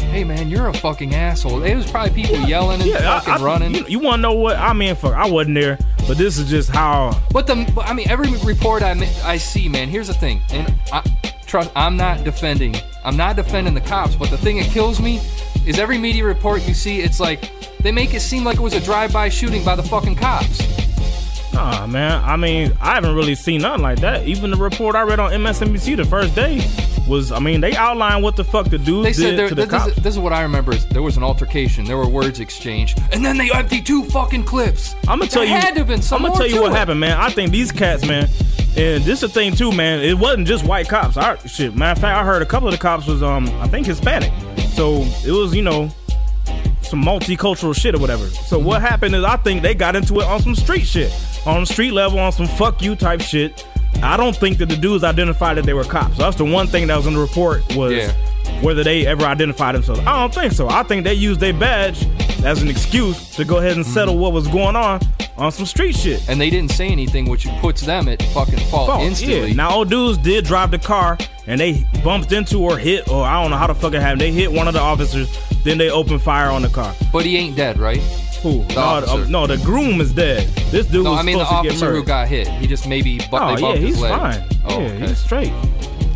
Speaker 5: "Hey man, you're a fucking asshole." It was probably people yelling and
Speaker 3: Yeah,
Speaker 5: fucking
Speaker 3: I, I,
Speaker 5: running.
Speaker 3: You, you want to know what? I mean, fuck, I wasn't there, but this is just how.
Speaker 5: But the, but, I mean, every report I ma- I see, man. Here's the thing, and I, trust, I'm not defending. I'm not defending the cops. But the thing that kills me is every media report you see. It's like they make it seem like it was a drive-by shooting by the fucking cops.
Speaker 3: Nah, man. I mean, I haven't really seen nothing like that. Even the report I read on MSNBC the first day was, I mean, they outlined what the fuck the dudes
Speaker 5: They said
Speaker 3: did
Speaker 5: there,
Speaker 3: to the
Speaker 5: this,
Speaker 3: cops.
Speaker 5: is, this is what I remember. Is there was an altercation. There were words exchanged, and then they empty two fucking clips.
Speaker 3: I'm gonna tell
Speaker 5: there
Speaker 3: you.
Speaker 5: Had to have been some
Speaker 3: I'm gonna
Speaker 5: more
Speaker 3: tell you
Speaker 5: to
Speaker 3: what
Speaker 5: it.
Speaker 3: happened, man. I think these cats, man, and this is the thing too, man. It wasn't just white cops. I shit. Matter of fact, I heard a couple of the cops was um, I think Hispanic. So it was you know some multicultural shit or whatever. So what happened is I think they got into it on some street shit, on street level, on some fuck you type shit. I don't think that the dudes identified that they were cops. That's the one thing that was in the report was
Speaker 5: Yeah.
Speaker 3: whether they ever identified themselves. I don't think so. I think they used their badge as an excuse to go ahead and
Speaker 5: Mm-hmm.
Speaker 3: settle what was going on on some street shit.
Speaker 5: And they didn't say anything, which puts them at fucking fault,
Speaker 3: Fault,
Speaker 5: instantly.
Speaker 3: Yeah. Now old dudes did drive the car and they bumped into or hit or I don't know how the fuck it happened. They hit one of the officers, then they opened fire on the car.
Speaker 5: but he ain't dead, right?
Speaker 3: Who? no, the- um,
Speaker 5: officer.
Speaker 3: no, the groom is dead. This dude
Speaker 5: No,
Speaker 3: was
Speaker 5: I mean the
Speaker 3: supposed to get
Speaker 5: officer
Speaker 3: murdered.
Speaker 5: who got hit. He just maybe bu-
Speaker 3: oh
Speaker 5: they
Speaker 3: yeah,
Speaker 5: bumped
Speaker 3: he's
Speaker 5: his leg.
Speaker 3: fine.
Speaker 5: Oh,
Speaker 3: yeah,
Speaker 5: okay.
Speaker 3: he's straight.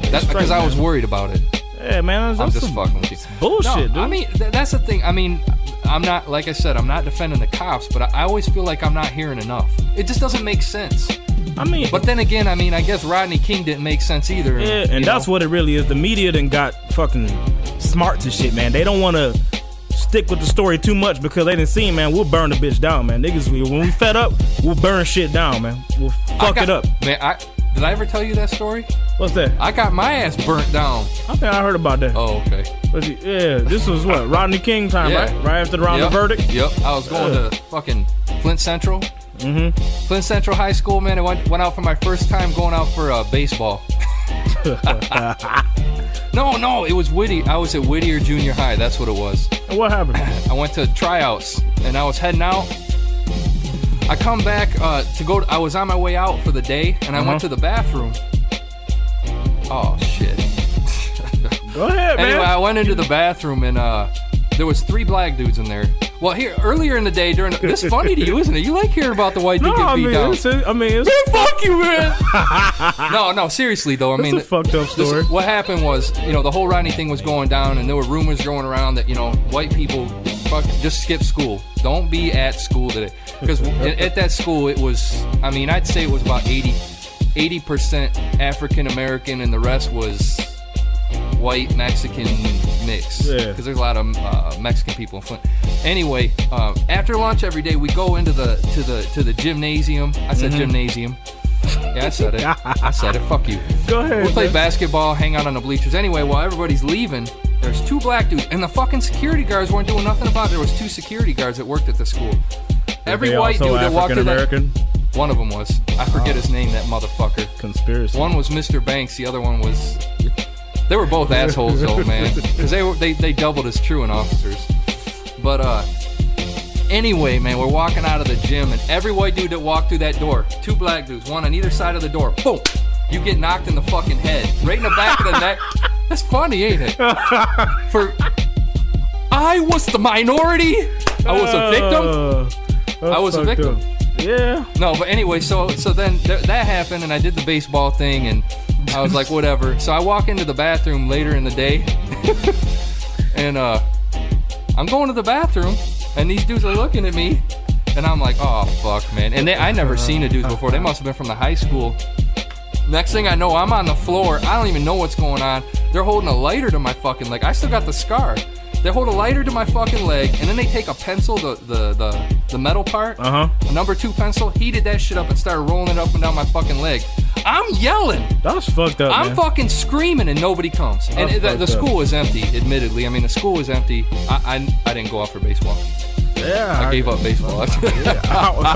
Speaker 5: That's because
Speaker 3: straight,
Speaker 5: I was
Speaker 3: man.
Speaker 5: worried about it.
Speaker 3: Yeah, man, that's,
Speaker 5: I'm just
Speaker 3: some
Speaker 5: fucking with you.
Speaker 3: bullshit,
Speaker 5: No, I
Speaker 3: dude.
Speaker 5: mean th- that's the thing. I mean, I'm not like I said. I'm not defending the cops, but I, I always feel like I'm not hearing enough. It just doesn't make sense.
Speaker 3: I mean,
Speaker 5: But then again, I mean, I guess Rodney King didn't make sense either.
Speaker 3: Yeah, and that's what it really is. The media done got fucking smart to shit, man. They don't want to stick with the story too much because they didn't see, man. We'll burn the bitch down, man. Niggas, we- when we fed up, we'll burn shit down, man. We'll fuck it up.
Speaker 5: Man, I did I ever tell you that story?
Speaker 3: What's that? I,
Speaker 5: I got my ass burnt down.
Speaker 3: think I heard about that.
Speaker 5: Oh, okay.
Speaker 3: Let's see. Yeah, this was what Rodney King time,
Speaker 5: Yeah.
Speaker 3: right? Right after the round
Speaker 5: yep.
Speaker 3: of verdict.
Speaker 5: Yep. I was going to fucking Flint Central. Mm-hmm. Flint Central High School, man. I went, went out for my first time going out for uh, baseball. no, no, it was Whitty. I was at Whittier Junior High. That's what it was.
Speaker 3: And What happened?
Speaker 5: I went to tryouts and I was heading out. I come back uh, to go. I was on my way out for the day, and I
Speaker 3: Uh-huh.
Speaker 5: went to the bathroom. Oh shit!
Speaker 3: Go ahead, man.
Speaker 5: Anyway, I went into the bathroom and uh, there was three black dudes in there. Well, here earlier in the day during this is funny to you, isn't it? You like hearing about the white dude
Speaker 3: no,
Speaker 5: get
Speaker 3: I
Speaker 5: beat
Speaker 3: mean,
Speaker 5: down?
Speaker 3: it's, I mean, it's,
Speaker 5: Fuck you, man. no, no, seriously though. I
Speaker 3: it's
Speaker 5: mean,
Speaker 3: a fucked up
Speaker 5: this-
Speaker 3: story.
Speaker 5: what happened was, you know, the whole Rodney thing was going down, and there were rumors going around that you know white people fuck just skip school. Don't be at school today, because at, at that school it was. I mean, I'd say it was about 80 percent African American, and the rest was white Mexican mix.
Speaker 3: Yeah.
Speaker 5: Because there's a lot of uh, Mexican people in Flint. Anyway, uh, after lunch every day, we go into the to the to the gymnasium. I said
Speaker 3: Mm-hmm.
Speaker 5: gymnasium. Yeah, I said it. I said it. Fuck you.
Speaker 3: Go ahead.
Speaker 5: We'll play
Speaker 3: man.
Speaker 5: basketball, hang out on the bleachers. Anyway, while everybody's leaving, there's two black dudes, and the fucking security guards weren't doing nothing about it. There was two security guards that worked at the school. Every
Speaker 3: They
Speaker 5: white
Speaker 3: also Oh.
Speaker 5: dude that walked
Speaker 3: African
Speaker 5: in that,
Speaker 3: American
Speaker 5: one of them was. I forget his name. That motherfucker.
Speaker 3: conspiracy.
Speaker 5: One was Mr. Banks. The other one was. They were both assholes though, man, because they were they they doubled as truant officers. But uh, anyway, man, we're walking out of the gym, and every white dude that walked through that door, two black dudes, one on either side of the door, boom, you get knocked in the fucking head, right in the back of the neck. That's funny, ain't it? For I was the minority. I was a victim.
Speaker 3: Uh,
Speaker 5: I was a
Speaker 3: that's
Speaker 5: victim.
Speaker 3: fucked up. Yeah.
Speaker 5: No, but anyway, so so then th- that happened, and I did the baseball thing, and I was like, whatever. So I walk into the bathroom later in the day, and uh, I'm going to the bathroom, and these dudes are looking at me, and I'm like, oh fuck, man. And they, I never seen the dudes before. They must have been from the high school. Next thing I know, I'm on the floor. I don't even know what's going on. They're holding a lighter to my fucking leg. I still got the scar. They hold a lighter to my fucking leg, and then they take a pencil, the the the, the metal part,
Speaker 3: Uh-huh.
Speaker 5: a number two pencil, heated that shit up and started rolling it up and down my fucking leg. I'm yelling.
Speaker 3: That was fucked up.
Speaker 5: I'm
Speaker 3: man.
Speaker 5: fucking screaming and nobody comes. And
Speaker 3: That's
Speaker 5: it- the, the
Speaker 3: fucked up.
Speaker 5: school was empty, admittedly. I mean, the school was empty. I, I, I didn't go out for baseball.
Speaker 3: Yeah.
Speaker 5: I gave up baseball.
Speaker 3: Oh, I,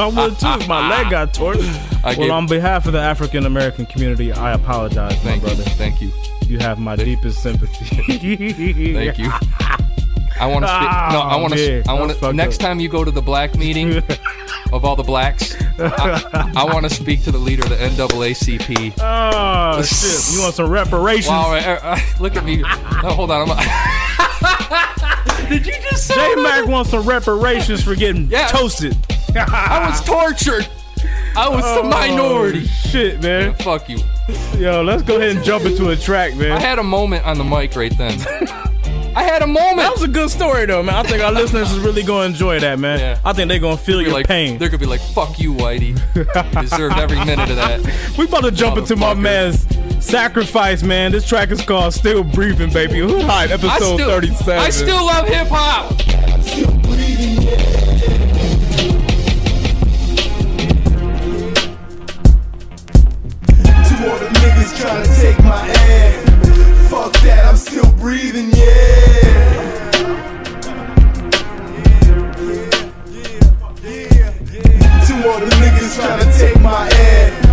Speaker 3: I would too. if My leg got torn.
Speaker 5: I
Speaker 3: Well,
Speaker 5: gave-
Speaker 3: on behalf of the African American community, I apologize,
Speaker 5: Thank
Speaker 3: my brother.
Speaker 5: you. Thank you.
Speaker 3: You have my deepest sympathy.
Speaker 5: Thank you. I want to speak. No, I
Speaker 3: Oh,
Speaker 5: want
Speaker 3: man,
Speaker 5: to. I
Speaker 3: that's
Speaker 5: want to.
Speaker 3: fucked
Speaker 5: Next
Speaker 3: up.
Speaker 5: time you go to the black meeting of all the blacks, I, I want to speak to the leader of the NAACP.
Speaker 3: Oh shit! You want some reparations?
Speaker 5: Wow, eh, eh, look at me. No, hold on. I'm, did you just say
Speaker 3: J
Speaker 5: that?
Speaker 3: Mac wants some reparations for getting
Speaker 5: Yeah.
Speaker 3: toasted. Oh,
Speaker 5: I was tortured. I was the minority.
Speaker 3: Shit, man.
Speaker 5: Fuck you.
Speaker 3: Yo, let's go ahead and jump into a track,
Speaker 5: I
Speaker 3: man.
Speaker 5: had a moment on the mic right then. I had a
Speaker 3: That was
Speaker 5: moment.
Speaker 3: a good story, though, man. I think our listeners is really gonna enjoy that, man.
Speaker 5: Yeah.
Speaker 3: I think they're gonna feel your
Speaker 5: Like,
Speaker 3: pain.
Speaker 5: they're gonna be like, "Fuck you, Whitey." You deserved every minute of that.
Speaker 3: We about to jump into my
Speaker 5: Motherfucker.
Speaker 3: man's sacrifice, man. This track is called "Still Breathing," baby. Hood Hype, episode
Speaker 5: I still,
Speaker 3: thirty-seven.
Speaker 5: I still love hip hop.
Speaker 10: Two other niggas tryna take my ass. Fuck that, I'm still breathing, yeah. Two other niggas tryna take my ass.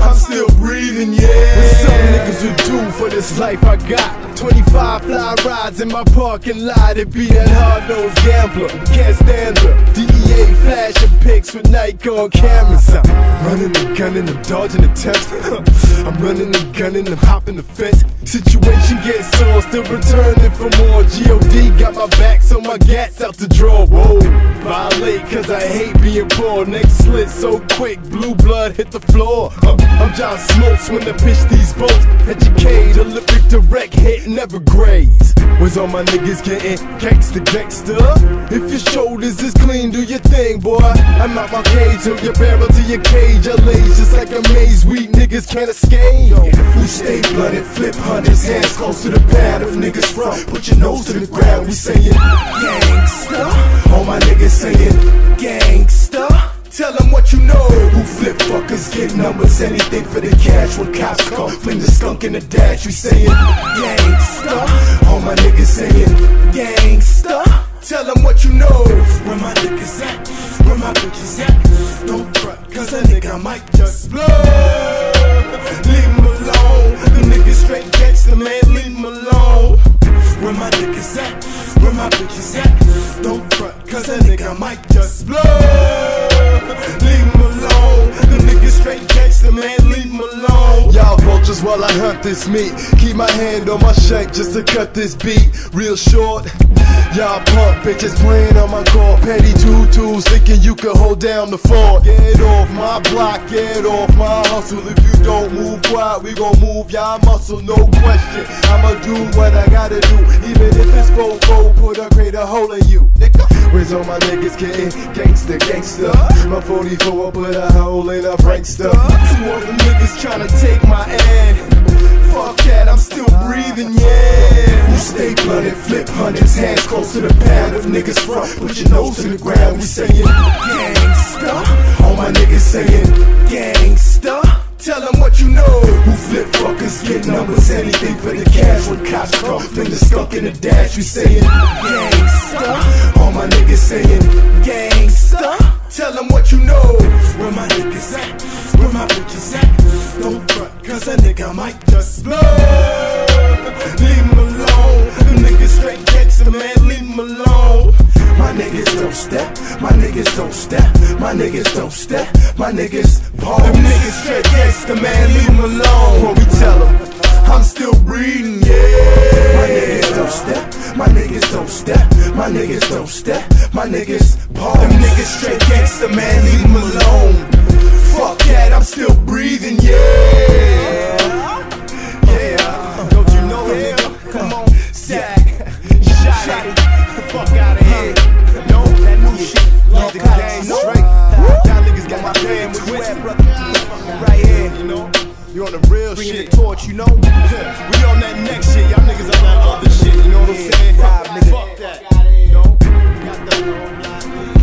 Speaker 10: I'm still breathing, yeah. What some niggas would do for this life I got. 25 fly rides in my parking lot. It be that hard nosed gambler. Can't stand her. DEA flashing pics with Nikon cameras. I'm running the gun and I'm dodging attempts. I'm running the gun and I'm hopping the fence. Situation gets sore, still returning for more. GOD got my back, so my gats out the drawer. Whoa, violate, cause I hate being poor. Next slit so quick, blue blood hit the floor. Uh, I'm John Smokes when I pitch these bolts. Educate, Olympic direct hit, never graze. Was all my niggas getting gangsta gangsta? If your shoulders is clean, do your thing, boy. I'm out my cage, throw your barrel to your cage. I lays just like a maze, weak niggas can't escape. We stay blooded, flip hundreds, hands close to the pad of niggas from. Put your nose to the ground, we saying gangsta. All my niggas saying gangsta. Tell them what you know. Who flip fuckers get numbers, anything for the cash. When cops come, fling the skunk in the dash. We saying gangsta. All my niggas saying gangsta. Tell them what you know. Where my niggas at? Where my bitches at? Don't front, cause a nigga might just blow. Leave him alone. The niggas straight gangsta, man. Leave him alone. Where my niggas at? Where my bitches at? Don't front, cause a nigga might just blow. leave 'em alone. Them niggas straight gangsta, man, leave 'em alone. Y'all vultures while I hunt this meat. Keep my hand on my shank just to cut this beat real short. Y'all punk bitches playing on my core. Petty tutus thinking you can hold down the fort. Get off my block, get off my hustle. If you don't move quiet, we gon' move y'all muscle, no question. I'ma do what I gotta do, even if it's fofo, put a greater hole in you. Nigga, where's all my niggas getting gangsta, gangsta? My 44 put a hole in a prankster. Two of them niggas tryna take my ad. Fuck that, I'm still breathing, yeah. We stay blunted, flip hundreds, hands close to the pad of niggas front. Put your nose to the ground, we saying gangsta. All my niggas saying gangsta. Tell them what you know. Who flip fuckers get numbers, anything for the cash. When cops come, then the skunk in the dash, we saying gangsta. All my niggas saying gangsta. Tell them what you know. Where my niggas at? Where my bitches at? Don't front, cause a nigga might just blow. Leave 'em alone. Them niggas straight gangsta, man, leave 'em alone. My niggas don't step, my niggas don't step, my niggas don't step, my niggas pause. Them niggas straight gangsta, man, leave 'em alone. What we tell 'em? I'm still breathing, yeah. My niggas don't step, my niggas don't step, my niggas don't step, my niggas pause. Them niggas straight gangsta, man, leave 'em alone. Fuck that, I'm still breathing, yeah. Yeah, don't you know it? Come on, sack, shot it, the fuck out of here. No, that new shit, leave the game straight. Y'all niggas got my game twisted, right here, you know. You on the real Bringing shit. the torch, you know? we on that next shit. Y'all niggas on that other shit. You know what I'm saying? Fuck that. You know? Got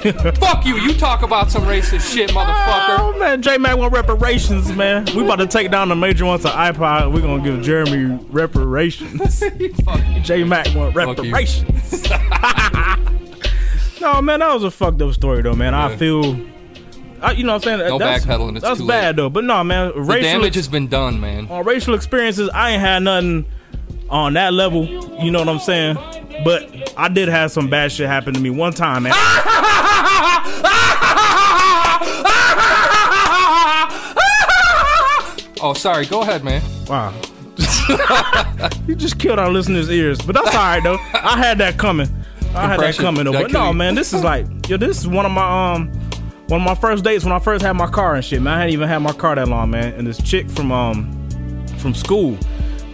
Speaker 5: Fuck you. You talk about some racist shit, motherfucker.
Speaker 3: Oh man, J Mac want reparations, man. We about to take down the major ones to iPod. We're gonna give Jeremy reparations.
Speaker 5: Fuck you.
Speaker 3: J Mac want
Speaker 5: you.
Speaker 3: reparations. no man, that was a fucked up story though, man. I
Speaker 5: Yeah.
Speaker 3: feel, I, you know, what I'm saying
Speaker 5: No
Speaker 3: that's,
Speaker 5: backpedaling, it's
Speaker 3: that's
Speaker 5: too late.
Speaker 3: bad though. But no, man,
Speaker 5: The
Speaker 3: racial
Speaker 5: damage has been done, man.
Speaker 3: on racial experiences, I ain't had nothing on that level. You know what I'm saying? But I did have some bad shit happen to me one time, man.
Speaker 5: Oh, sorry. Go ahead, man.
Speaker 3: Wow. you just killed our listeners' ears, but that's all right though. I had that coming. I had that
Speaker 5: Compression.
Speaker 3: coming though.
Speaker 5: That
Speaker 3: But no,
Speaker 5: could be-
Speaker 3: man, this is like, yo, this is one of my um, one of my first dates when I first had my car and shit. Man, I hadn't even had my car that long, man. And this chick from um, from school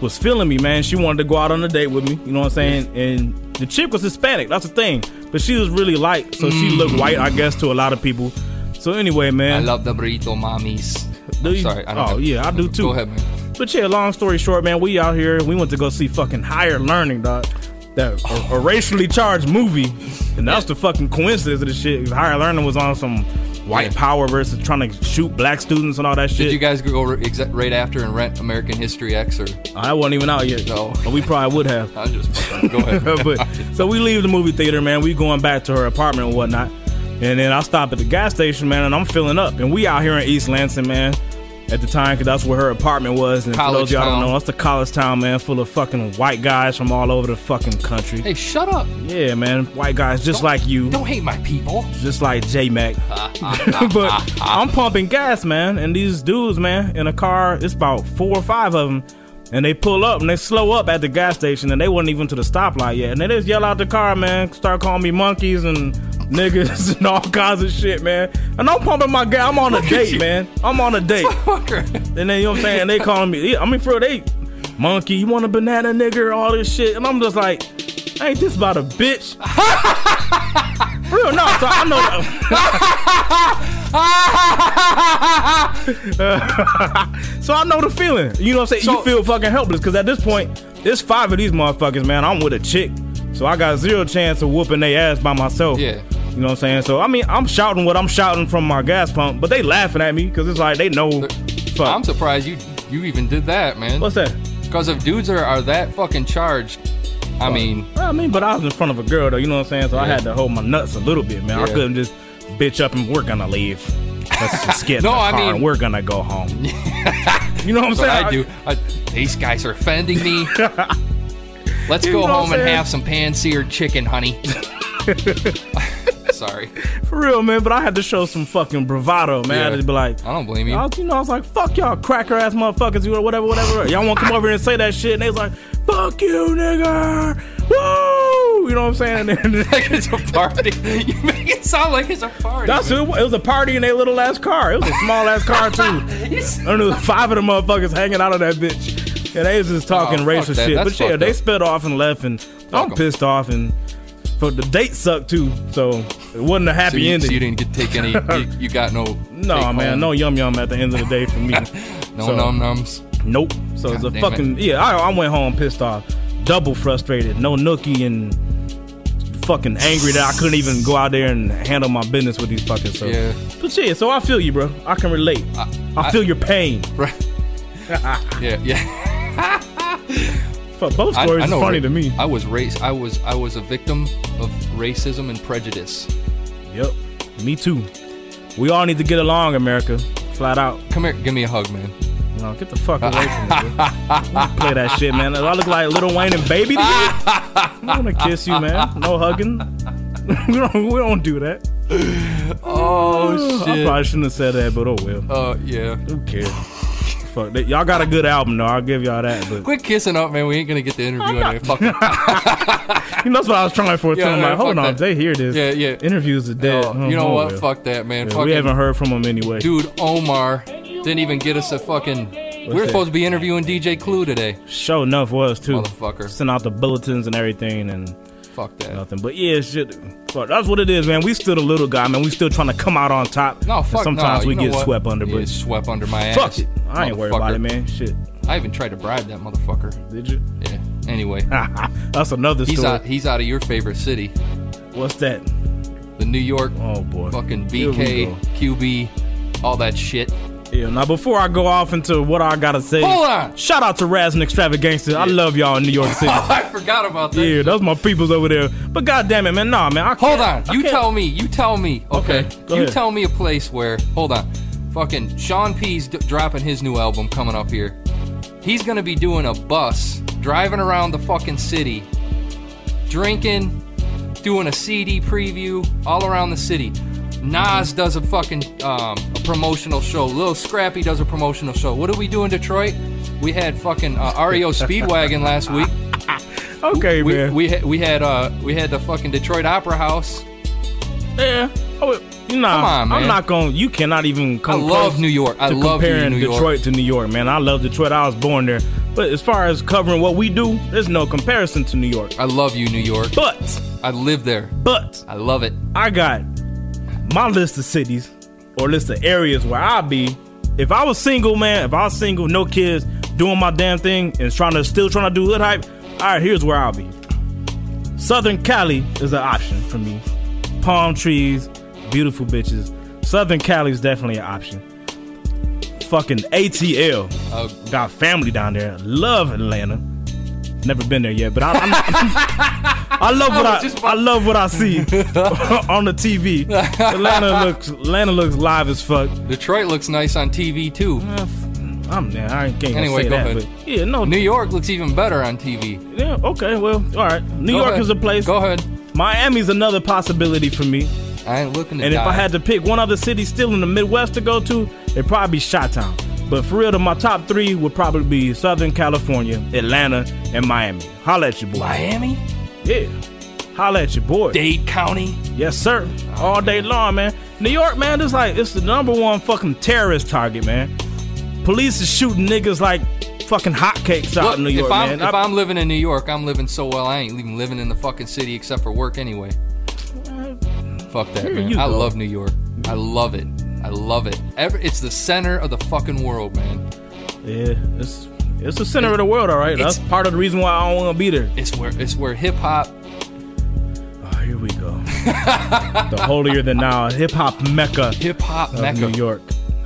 Speaker 3: was feeling me, man. She wanted to go out on a date with me. You know what I'm saying? And the chick was Hispanic. That's the thing. But she was really light, so she
Speaker 5: Mm.
Speaker 3: looked white, I guess, to a lot of people. So anyway,
Speaker 5: I
Speaker 3: man.
Speaker 5: love the burrito mommies.
Speaker 3: Do
Speaker 5: I'm
Speaker 3: you?
Speaker 5: Sorry. I don't
Speaker 3: Oh,
Speaker 5: have-
Speaker 3: yeah, I do too.
Speaker 5: Go ahead, man.
Speaker 3: But yeah, long story short, man, we out here. We went to go see fucking Higher Learning, dog. That a, a racially charged movie, and that's the fucking coincidence of the shit. Higher Learning was on some white
Speaker 5: Yeah.
Speaker 3: power versus trying to shoot black students and all that shit.
Speaker 5: Did you guys go over exa- right after and rent American History X or?
Speaker 3: I wasn't even out yet,
Speaker 5: No.
Speaker 3: but we probably would have.
Speaker 5: I'm just go ahead. man.
Speaker 3: but so we leave the movie theater, man. We going back to her apartment and whatnot. And then I stop at the gas station, man, and I'm filling up. And we out here in East Lansing, man, at the time, because that's where her apartment was. And for
Speaker 5: College
Speaker 3: those of y'all don't
Speaker 5: town.
Speaker 3: know, that's the college town, man, full of fucking white guys from all over the fucking country.
Speaker 5: hey, shut up!
Speaker 3: Yeah, man, white guys just like you,
Speaker 5: Don't hate my people.
Speaker 3: just like J Mac. but I'm pumping gas, man, and these dudes, man, in a car, it's about four or five of them, and they pull up and they slow up at the gas station, and they wasn't even to the stoplight yet, and they just yell out the car, man, start calling me monkeys and niggas and all kinds of shit, man. And I'm pumping my gas. I'm on a date, man. I'm on a date.
Speaker 5: Fucker.
Speaker 3: And then you know what I'm saying? They calling me. I mean, for real, they monkey. You want a banana, nigger? All this shit, and I'm just like, ain't this about a bitch? For real, no. So I know. so I know the feeling. You know what I'm saying?
Speaker 5: So-
Speaker 3: you feel fucking helpless because at this point, it's five of these motherfuckers, man. I'm with a chick, so I got zero chance of whooping their ass by myself.
Speaker 5: Yeah.
Speaker 3: You know what I'm saying? So I mean, I'm shouting what I'm shouting from my gas pump, but they laughing at me because it's like they know fuck.
Speaker 5: I'm surprised you you even did that, man.
Speaker 3: What's that?
Speaker 5: Because if dudes are, are that fucking charged, I mean,
Speaker 3: I mean, but I was in front of a girl though, you know what I'm saying? So I had to hold my nuts a little bit, man. I
Speaker 5: Yeah.
Speaker 3: couldn't just bitch up and we're gonna leave. Let's just get in
Speaker 5: No,
Speaker 3: the
Speaker 5: I
Speaker 3: car
Speaker 5: mean-
Speaker 3: and we're gonna go home. you know
Speaker 5: what
Speaker 3: what I'm saying?
Speaker 5: I do. I, these guys are offending me. Let's
Speaker 3: You know
Speaker 5: go
Speaker 3: what I'm
Speaker 5: home and
Speaker 3: saying?
Speaker 5: have some pan seared chicken, honey. Sorry,
Speaker 3: For real, man. But I had to show some fucking bravado, man. I had
Speaker 5: Yeah.
Speaker 3: to be like,
Speaker 5: I don't blame you.
Speaker 3: I was, you know, I was like, fuck y'all, cracker ass motherfuckers, you know, whatever, whatever. Y'all want to come over here and say that shit? And they was like, fuck you, nigga. Woo! You know what I'm saying? And then-
Speaker 5: like it's a party. You make it sound like it's a party.
Speaker 3: That's who it was. It was a party in their little ass car. It was a small ass car too. I don't know, five of the motherfuckers hanging out of that bitch. Yeah, they was just talking
Speaker 5: Oh, fuck
Speaker 3: racial
Speaker 5: that.
Speaker 3: shit.
Speaker 5: That's
Speaker 3: but yeah,
Speaker 5: fucked
Speaker 3: they
Speaker 5: up.
Speaker 3: sped off and left, and I'm
Speaker 5: 'em.
Speaker 3: pissed off. And for the date sucked too, so it wasn't a
Speaker 5: So
Speaker 3: happy
Speaker 5: you, so
Speaker 3: ending.
Speaker 5: you didn't get take any. You, you got no.
Speaker 3: no
Speaker 5: take
Speaker 3: man,
Speaker 5: home,
Speaker 3: no yum yum at the end of the day for me.
Speaker 5: no
Speaker 3: so-
Speaker 5: num nums.
Speaker 3: Nope. So it's
Speaker 5: God
Speaker 3: a
Speaker 5: damn
Speaker 3: fucking yeah. I, I went home pissed off, double frustrated, no nookie, and fucking angry that I couldn't even go out there and handle my business with these fuckers. So,
Speaker 5: Yeah.
Speaker 3: but shit. So I feel you, bro. I can relate. I,
Speaker 5: I-
Speaker 3: feel your pain.
Speaker 5: Right. yeah, yeah.
Speaker 3: Fuck, both
Speaker 5: I,
Speaker 3: stories
Speaker 5: I know
Speaker 3: is funny
Speaker 5: ra-
Speaker 3: to me.
Speaker 5: I was race. I was I was a victim of racism and prejudice.
Speaker 3: yep. Me too. We all need to get along, America. Flat out.
Speaker 5: Come here, give me a hug, man.
Speaker 3: No, get the fuck away from me. bro. Don't Play that shit, man. I look like Little Wayne and Baby. to you? I want to kiss you, man. No hugging. we don't. We don't do that.
Speaker 5: Oh
Speaker 3: I
Speaker 5: shit.
Speaker 3: probably shouldn't have said that, but oh well.
Speaker 5: Uh, yeah.
Speaker 3: Who cares? Fuck that. Y'all got a good album though. I'll give y'all that. But
Speaker 5: Quit kissing up, man. We ain't gonna get the interview anyway. Fuck it.
Speaker 3: you know, that's what I was trying for too.
Speaker 5: Yeah,
Speaker 3: I'm
Speaker 5: no,
Speaker 3: like, hold
Speaker 5: fuck
Speaker 3: on,
Speaker 5: that.
Speaker 3: they hear this.
Speaker 5: Yeah, yeah.
Speaker 3: Interviews are dead.
Speaker 5: Oh,
Speaker 3: Oh,
Speaker 5: you know
Speaker 3: oh,
Speaker 5: what?
Speaker 3: well.
Speaker 5: Fuck that, man.
Speaker 3: Yeah,
Speaker 5: Fucking
Speaker 3: we haven't heard from them anyway.
Speaker 5: dude, Omar didn't even get us a fucking. we
Speaker 3: What's
Speaker 5: were
Speaker 3: that?
Speaker 5: supposed to be interviewing DJ Clue today.
Speaker 3: Show enough was too.
Speaker 5: Motherfucker.
Speaker 3: Sent out the bulletins and everything and
Speaker 5: Fuck that.
Speaker 3: nothing. But yeah, shit. Fuck, that's what it is, man. We still the little guy, man. We still trying to come out on top.
Speaker 5: No,
Speaker 3: And
Speaker 5: fuck.
Speaker 3: Sometimes
Speaker 5: no,
Speaker 3: we
Speaker 5: you know
Speaker 3: get
Speaker 5: what?
Speaker 3: swept under,
Speaker 5: Yeah,
Speaker 3: but
Speaker 5: swept under my ass.
Speaker 3: fuck it. I ain't worried about it,
Speaker 5: Motherfucker.
Speaker 3: man. Shit.
Speaker 5: I even tried to bribe that motherfucker.
Speaker 3: Did you?
Speaker 5: Yeah. Anyway,
Speaker 3: that's another
Speaker 5: he's
Speaker 3: story.
Speaker 5: out. He's out of your favorite city,
Speaker 3: What's that?
Speaker 5: the New York
Speaker 3: Oh boy.
Speaker 5: fucking
Speaker 3: Here we
Speaker 5: BK
Speaker 3: go.
Speaker 5: QB, all that shit.
Speaker 3: Yeah, now before I go off into what I gotta say,
Speaker 5: Hold on.
Speaker 3: shout out to Raz and Extravaganza. I love y'all in New York City.
Speaker 5: I forgot about that.
Speaker 3: yeah, that's my peoples over there. But goddamn it, man, nah, man. I can't-
Speaker 5: Hold on.
Speaker 3: I
Speaker 5: You
Speaker 3: can't-
Speaker 5: tell me. You tell me. Okay.
Speaker 3: Okay, go
Speaker 5: you
Speaker 3: ahead.
Speaker 5: tell me a place where. Hold on. Fucking Sean P's d- dropping his new album coming up here. He's gonna be doing a bus driving around the fucking city, drinking, doing a CD preview all around the city. Nas does a fucking um, a promotional show. Lil Scrappy does a promotional show. What do we do in Detroit? We had fucking uh, REO Speedwagon last week
Speaker 3: Okay,
Speaker 5: we,
Speaker 3: man.
Speaker 5: we, ha- we had uh we had the fucking Detroit Opera House.
Speaker 3: yeah. Oh, nah,
Speaker 5: Come on,
Speaker 3: I'm
Speaker 5: man.
Speaker 3: not gonna. You cannot even come.
Speaker 5: I love
Speaker 3: close
Speaker 5: New York. I
Speaker 3: to
Speaker 5: love New
Speaker 3: comparing
Speaker 5: New York.
Speaker 3: Detroit to New York, man. I love Detroit. I was born there. But as far as covering what we do, there's no comparison to New York.
Speaker 5: I love you, New York.
Speaker 3: But,
Speaker 5: I live there.
Speaker 3: but
Speaker 5: I love it.
Speaker 3: I got my list of cities or list of areas where I'd be if I was single, man. If I was single, no kids, doing my damn thing and trying to still trying to do hood hype. All right, here's where I'll be. Southern Cali is an option for me. Palm trees, beautiful bitches. Southern Cali is definitely an option. Fucking ATL,
Speaker 5: Uh,
Speaker 3: got family down there. Love Atlanta. Never been there yet, but I, I'm, I love what
Speaker 5: I
Speaker 3: I,
Speaker 5: was just
Speaker 3: I love what I see on the TV. Atlanta looks Atlanta looks live as fuck.
Speaker 5: Detroit looks nice on TV too.
Speaker 3: I'm there. I ain't gonna
Speaker 5: Anyway,
Speaker 3: say
Speaker 5: go
Speaker 3: that,
Speaker 5: ahead.
Speaker 3: but yeah, no,
Speaker 5: New York looks even better on TV.
Speaker 3: yeah, okay, well, all right. New
Speaker 5: Go
Speaker 3: York
Speaker 5: ahead.
Speaker 3: is a place.
Speaker 5: Go ahead.
Speaker 3: Miami's another possibility for me.
Speaker 5: I ain't looking to
Speaker 3: And if
Speaker 5: die.
Speaker 3: I had to pick one other city still in the Midwest to go to, it'd probably be Chi Town. But for real, to my top three would probably be Southern California, Atlanta, and Miami. Holla at your boy.
Speaker 5: Miami,
Speaker 3: Yeah. Holla at your boy.
Speaker 5: Dade County.
Speaker 3: Yes, sir. All day long, man. New York, man, it's like it's the number one fucking terrorist target, man. Police is shooting niggas like fucking hotcakes out
Speaker 5: Look,
Speaker 3: in New York,
Speaker 5: if I'm
Speaker 3: man.
Speaker 5: if
Speaker 3: I-
Speaker 5: I'm living in New York, I'm living so well. I ain't even living in the fucking city except for work anyway. Fuck that,
Speaker 3: Here
Speaker 5: man.
Speaker 3: you
Speaker 5: I
Speaker 3: go.
Speaker 5: love New York. I love it. I love it. Every, it's the center of the fucking world, man.
Speaker 3: yeah, it's it's the center of the world, all right. That's
Speaker 5: It's-
Speaker 3: part of the reason why I don't want to be there.
Speaker 5: It's where it's where hip hop
Speaker 3: Oh, here we go. the holier than now hip hop mecca
Speaker 5: hip hop
Speaker 3: of
Speaker 5: mecca.
Speaker 3: New York.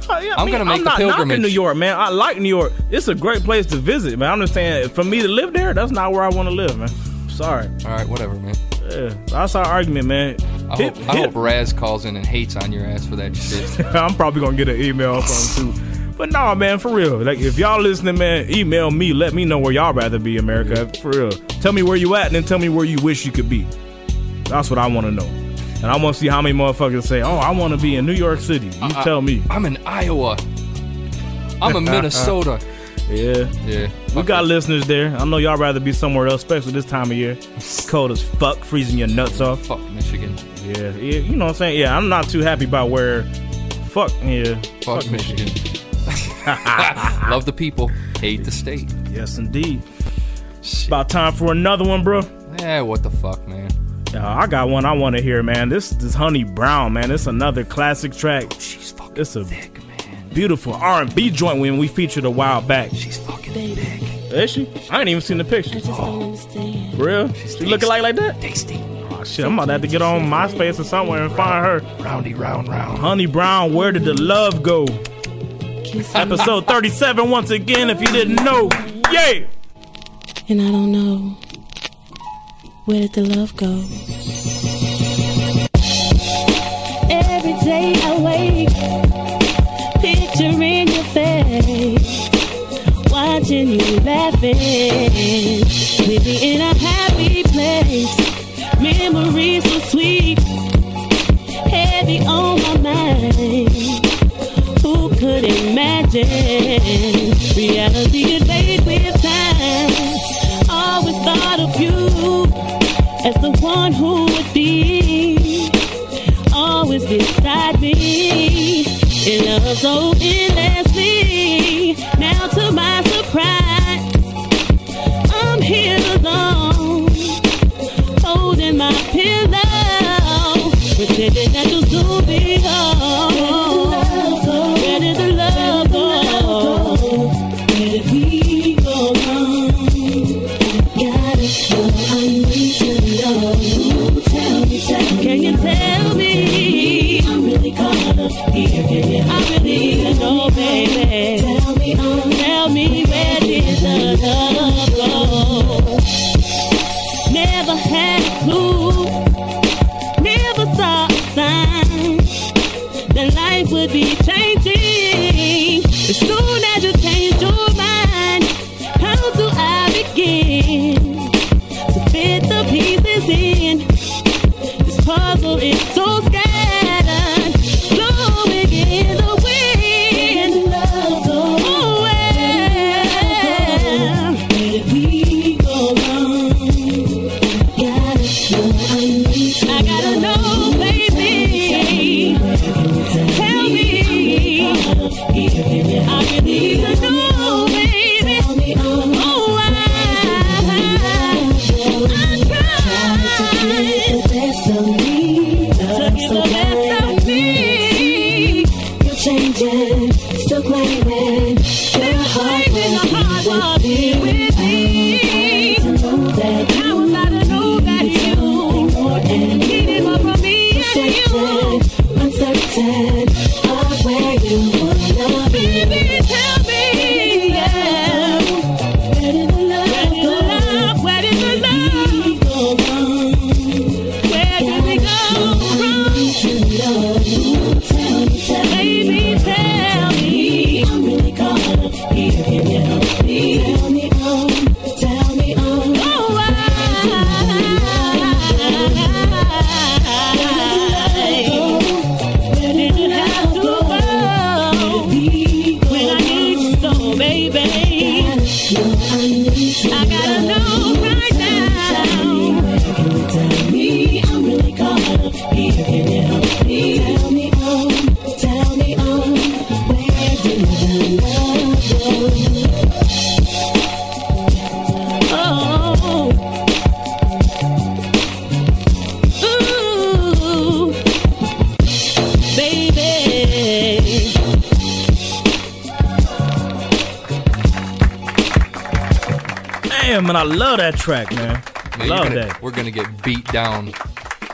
Speaker 3: Oh, I, yeah, I
Speaker 5: I'm
Speaker 3: mean,
Speaker 5: gonna make
Speaker 3: I'm
Speaker 5: the
Speaker 3: not knocking
Speaker 5: pilgrimage.
Speaker 3: New York, man. I like New York. It's a great place to visit, man. I'm just saying, for me to live there, that's not where I want to live, man. Sorry,
Speaker 5: All right, whatever, man.
Speaker 3: yeah, that's our argument, man.
Speaker 5: I
Speaker 3: Hit-
Speaker 5: hope, I
Speaker 3: hit-
Speaker 5: hope Raz calls in and hates on your ass for that shit.
Speaker 3: I'm probably gonna get an email from him too. But nah, man, for real. Like, if y'all listening, man, email me. Let me know where y'all rather be, America. For real. Tell me where you at, and then tell me where you wish you could be. That's what I want to know. And I want to see how many motherfuckers say, "Oh, I want to be in New York City." You tell me.
Speaker 5: I'm in Iowa. I'm in Minnesota.
Speaker 3: Yeah.
Speaker 5: Yeah.
Speaker 3: We
Speaker 5: fuck
Speaker 3: got
Speaker 5: it.
Speaker 3: listeners there. I know y'all rather be somewhere else, especially this time of year. It's cold as fuck, freezing your nuts off.
Speaker 5: fuck Michigan.
Speaker 3: Yeah, yeah, you know what I'm saying? Yeah, I'm not too happy about where. Fuck, yeah.
Speaker 5: Fuck, Michigan. Love the people, hate the state.
Speaker 3: Yes, indeed. About time for another one, bro.
Speaker 5: Eh, what the fuck, man?
Speaker 3: Yeah, I got one I want to hear, man. This is Honey Brown, man. It's another classic track.
Speaker 5: Oh, She's fucking
Speaker 3: It's a
Speaker 5: thick, man.
Speaker 3: beautiful R&B joint when we featured a while back.
Speaker 5: She's fucking thick.
Speaker 3: Is she? I ain't even seen the picture.
Speaker 2: I just don't understand.
Speaker 3: For real? She looking like like that?
Speaker 5: Tasty.
Speaker 3: Oh, shit, I'm about to have to get on MySpace or somewhere and find her.
Speaker 5: Roundy, round, round.
Speaker 3: Honey Brown, where did the love go?
Speaker 2: Kiss me,
Speaker 3: Episode 37 once again, if you didn't know. Yay!
Speaker 2: and I don't know where did the love go. Every day I wake, picturing your face, watching you laughing. We'd be in a happy place, memories so sweet, heavy on my mind. Who could imagine? Reality invade with time. Always thought of you as the one who would be always beside me. In love so endlessly. Now to my surprise, I'm here alone, holding my pillow, pretending that you'll soon be gone. Where did the love go? Where did we go wrong? Gotta show I need to know. Tell me, tell me. Can you tell me? I'm really caught up here. Can you? I really need to know, baby. Tell me, tell me where did the love go? Never had a clue. Never saw a sign that life would be changing. As soon as you change your mind, how do I begin to fit the pieces in? This puzzle is so scattered, blowing in the wind. Oh, where- I gotta know, baby. Tell me. I really need to know, baby. Oh, I, I tried to get the best of me.
Speaker 6: Changing, still claiming, your heart
Speaker 2: Breaking the heart of me with me.
Speaker 6: to know that
Speaker 2: How was I to know that you
Speaker 6: more and
Speaker 2: needed more from me and you?
Speaker 6: uncertain, uncertain of where you wanna be.
Speaker 2: Baby, tell me. Yeah.
Speaker 6: Where did the love
Speaker 2: Where did the love? Where did the
Speaker 6: go?
Speaker 2: love?
Speaker 6: Go wrong.
Speaker 2: Where did we go wrong?
Speaker 6: To know, tell me, tell me.
Speaker 2: Baby, tell me.
Speaker 6: I'm really caught up here. Can you help me? Tell me on, tell me on.
Speaker 2: Oh, why did you have to go when I need you so, baby? I gotta know right now. Oh. Ooh, baby.
Speaker 3: Damn, man, I love that track, man.
Speaker 5: Man, you're
Speaker 3: love
Speaker 5: gonna-
Speaker 3: that.
Speaker 5: We're gonna get beat down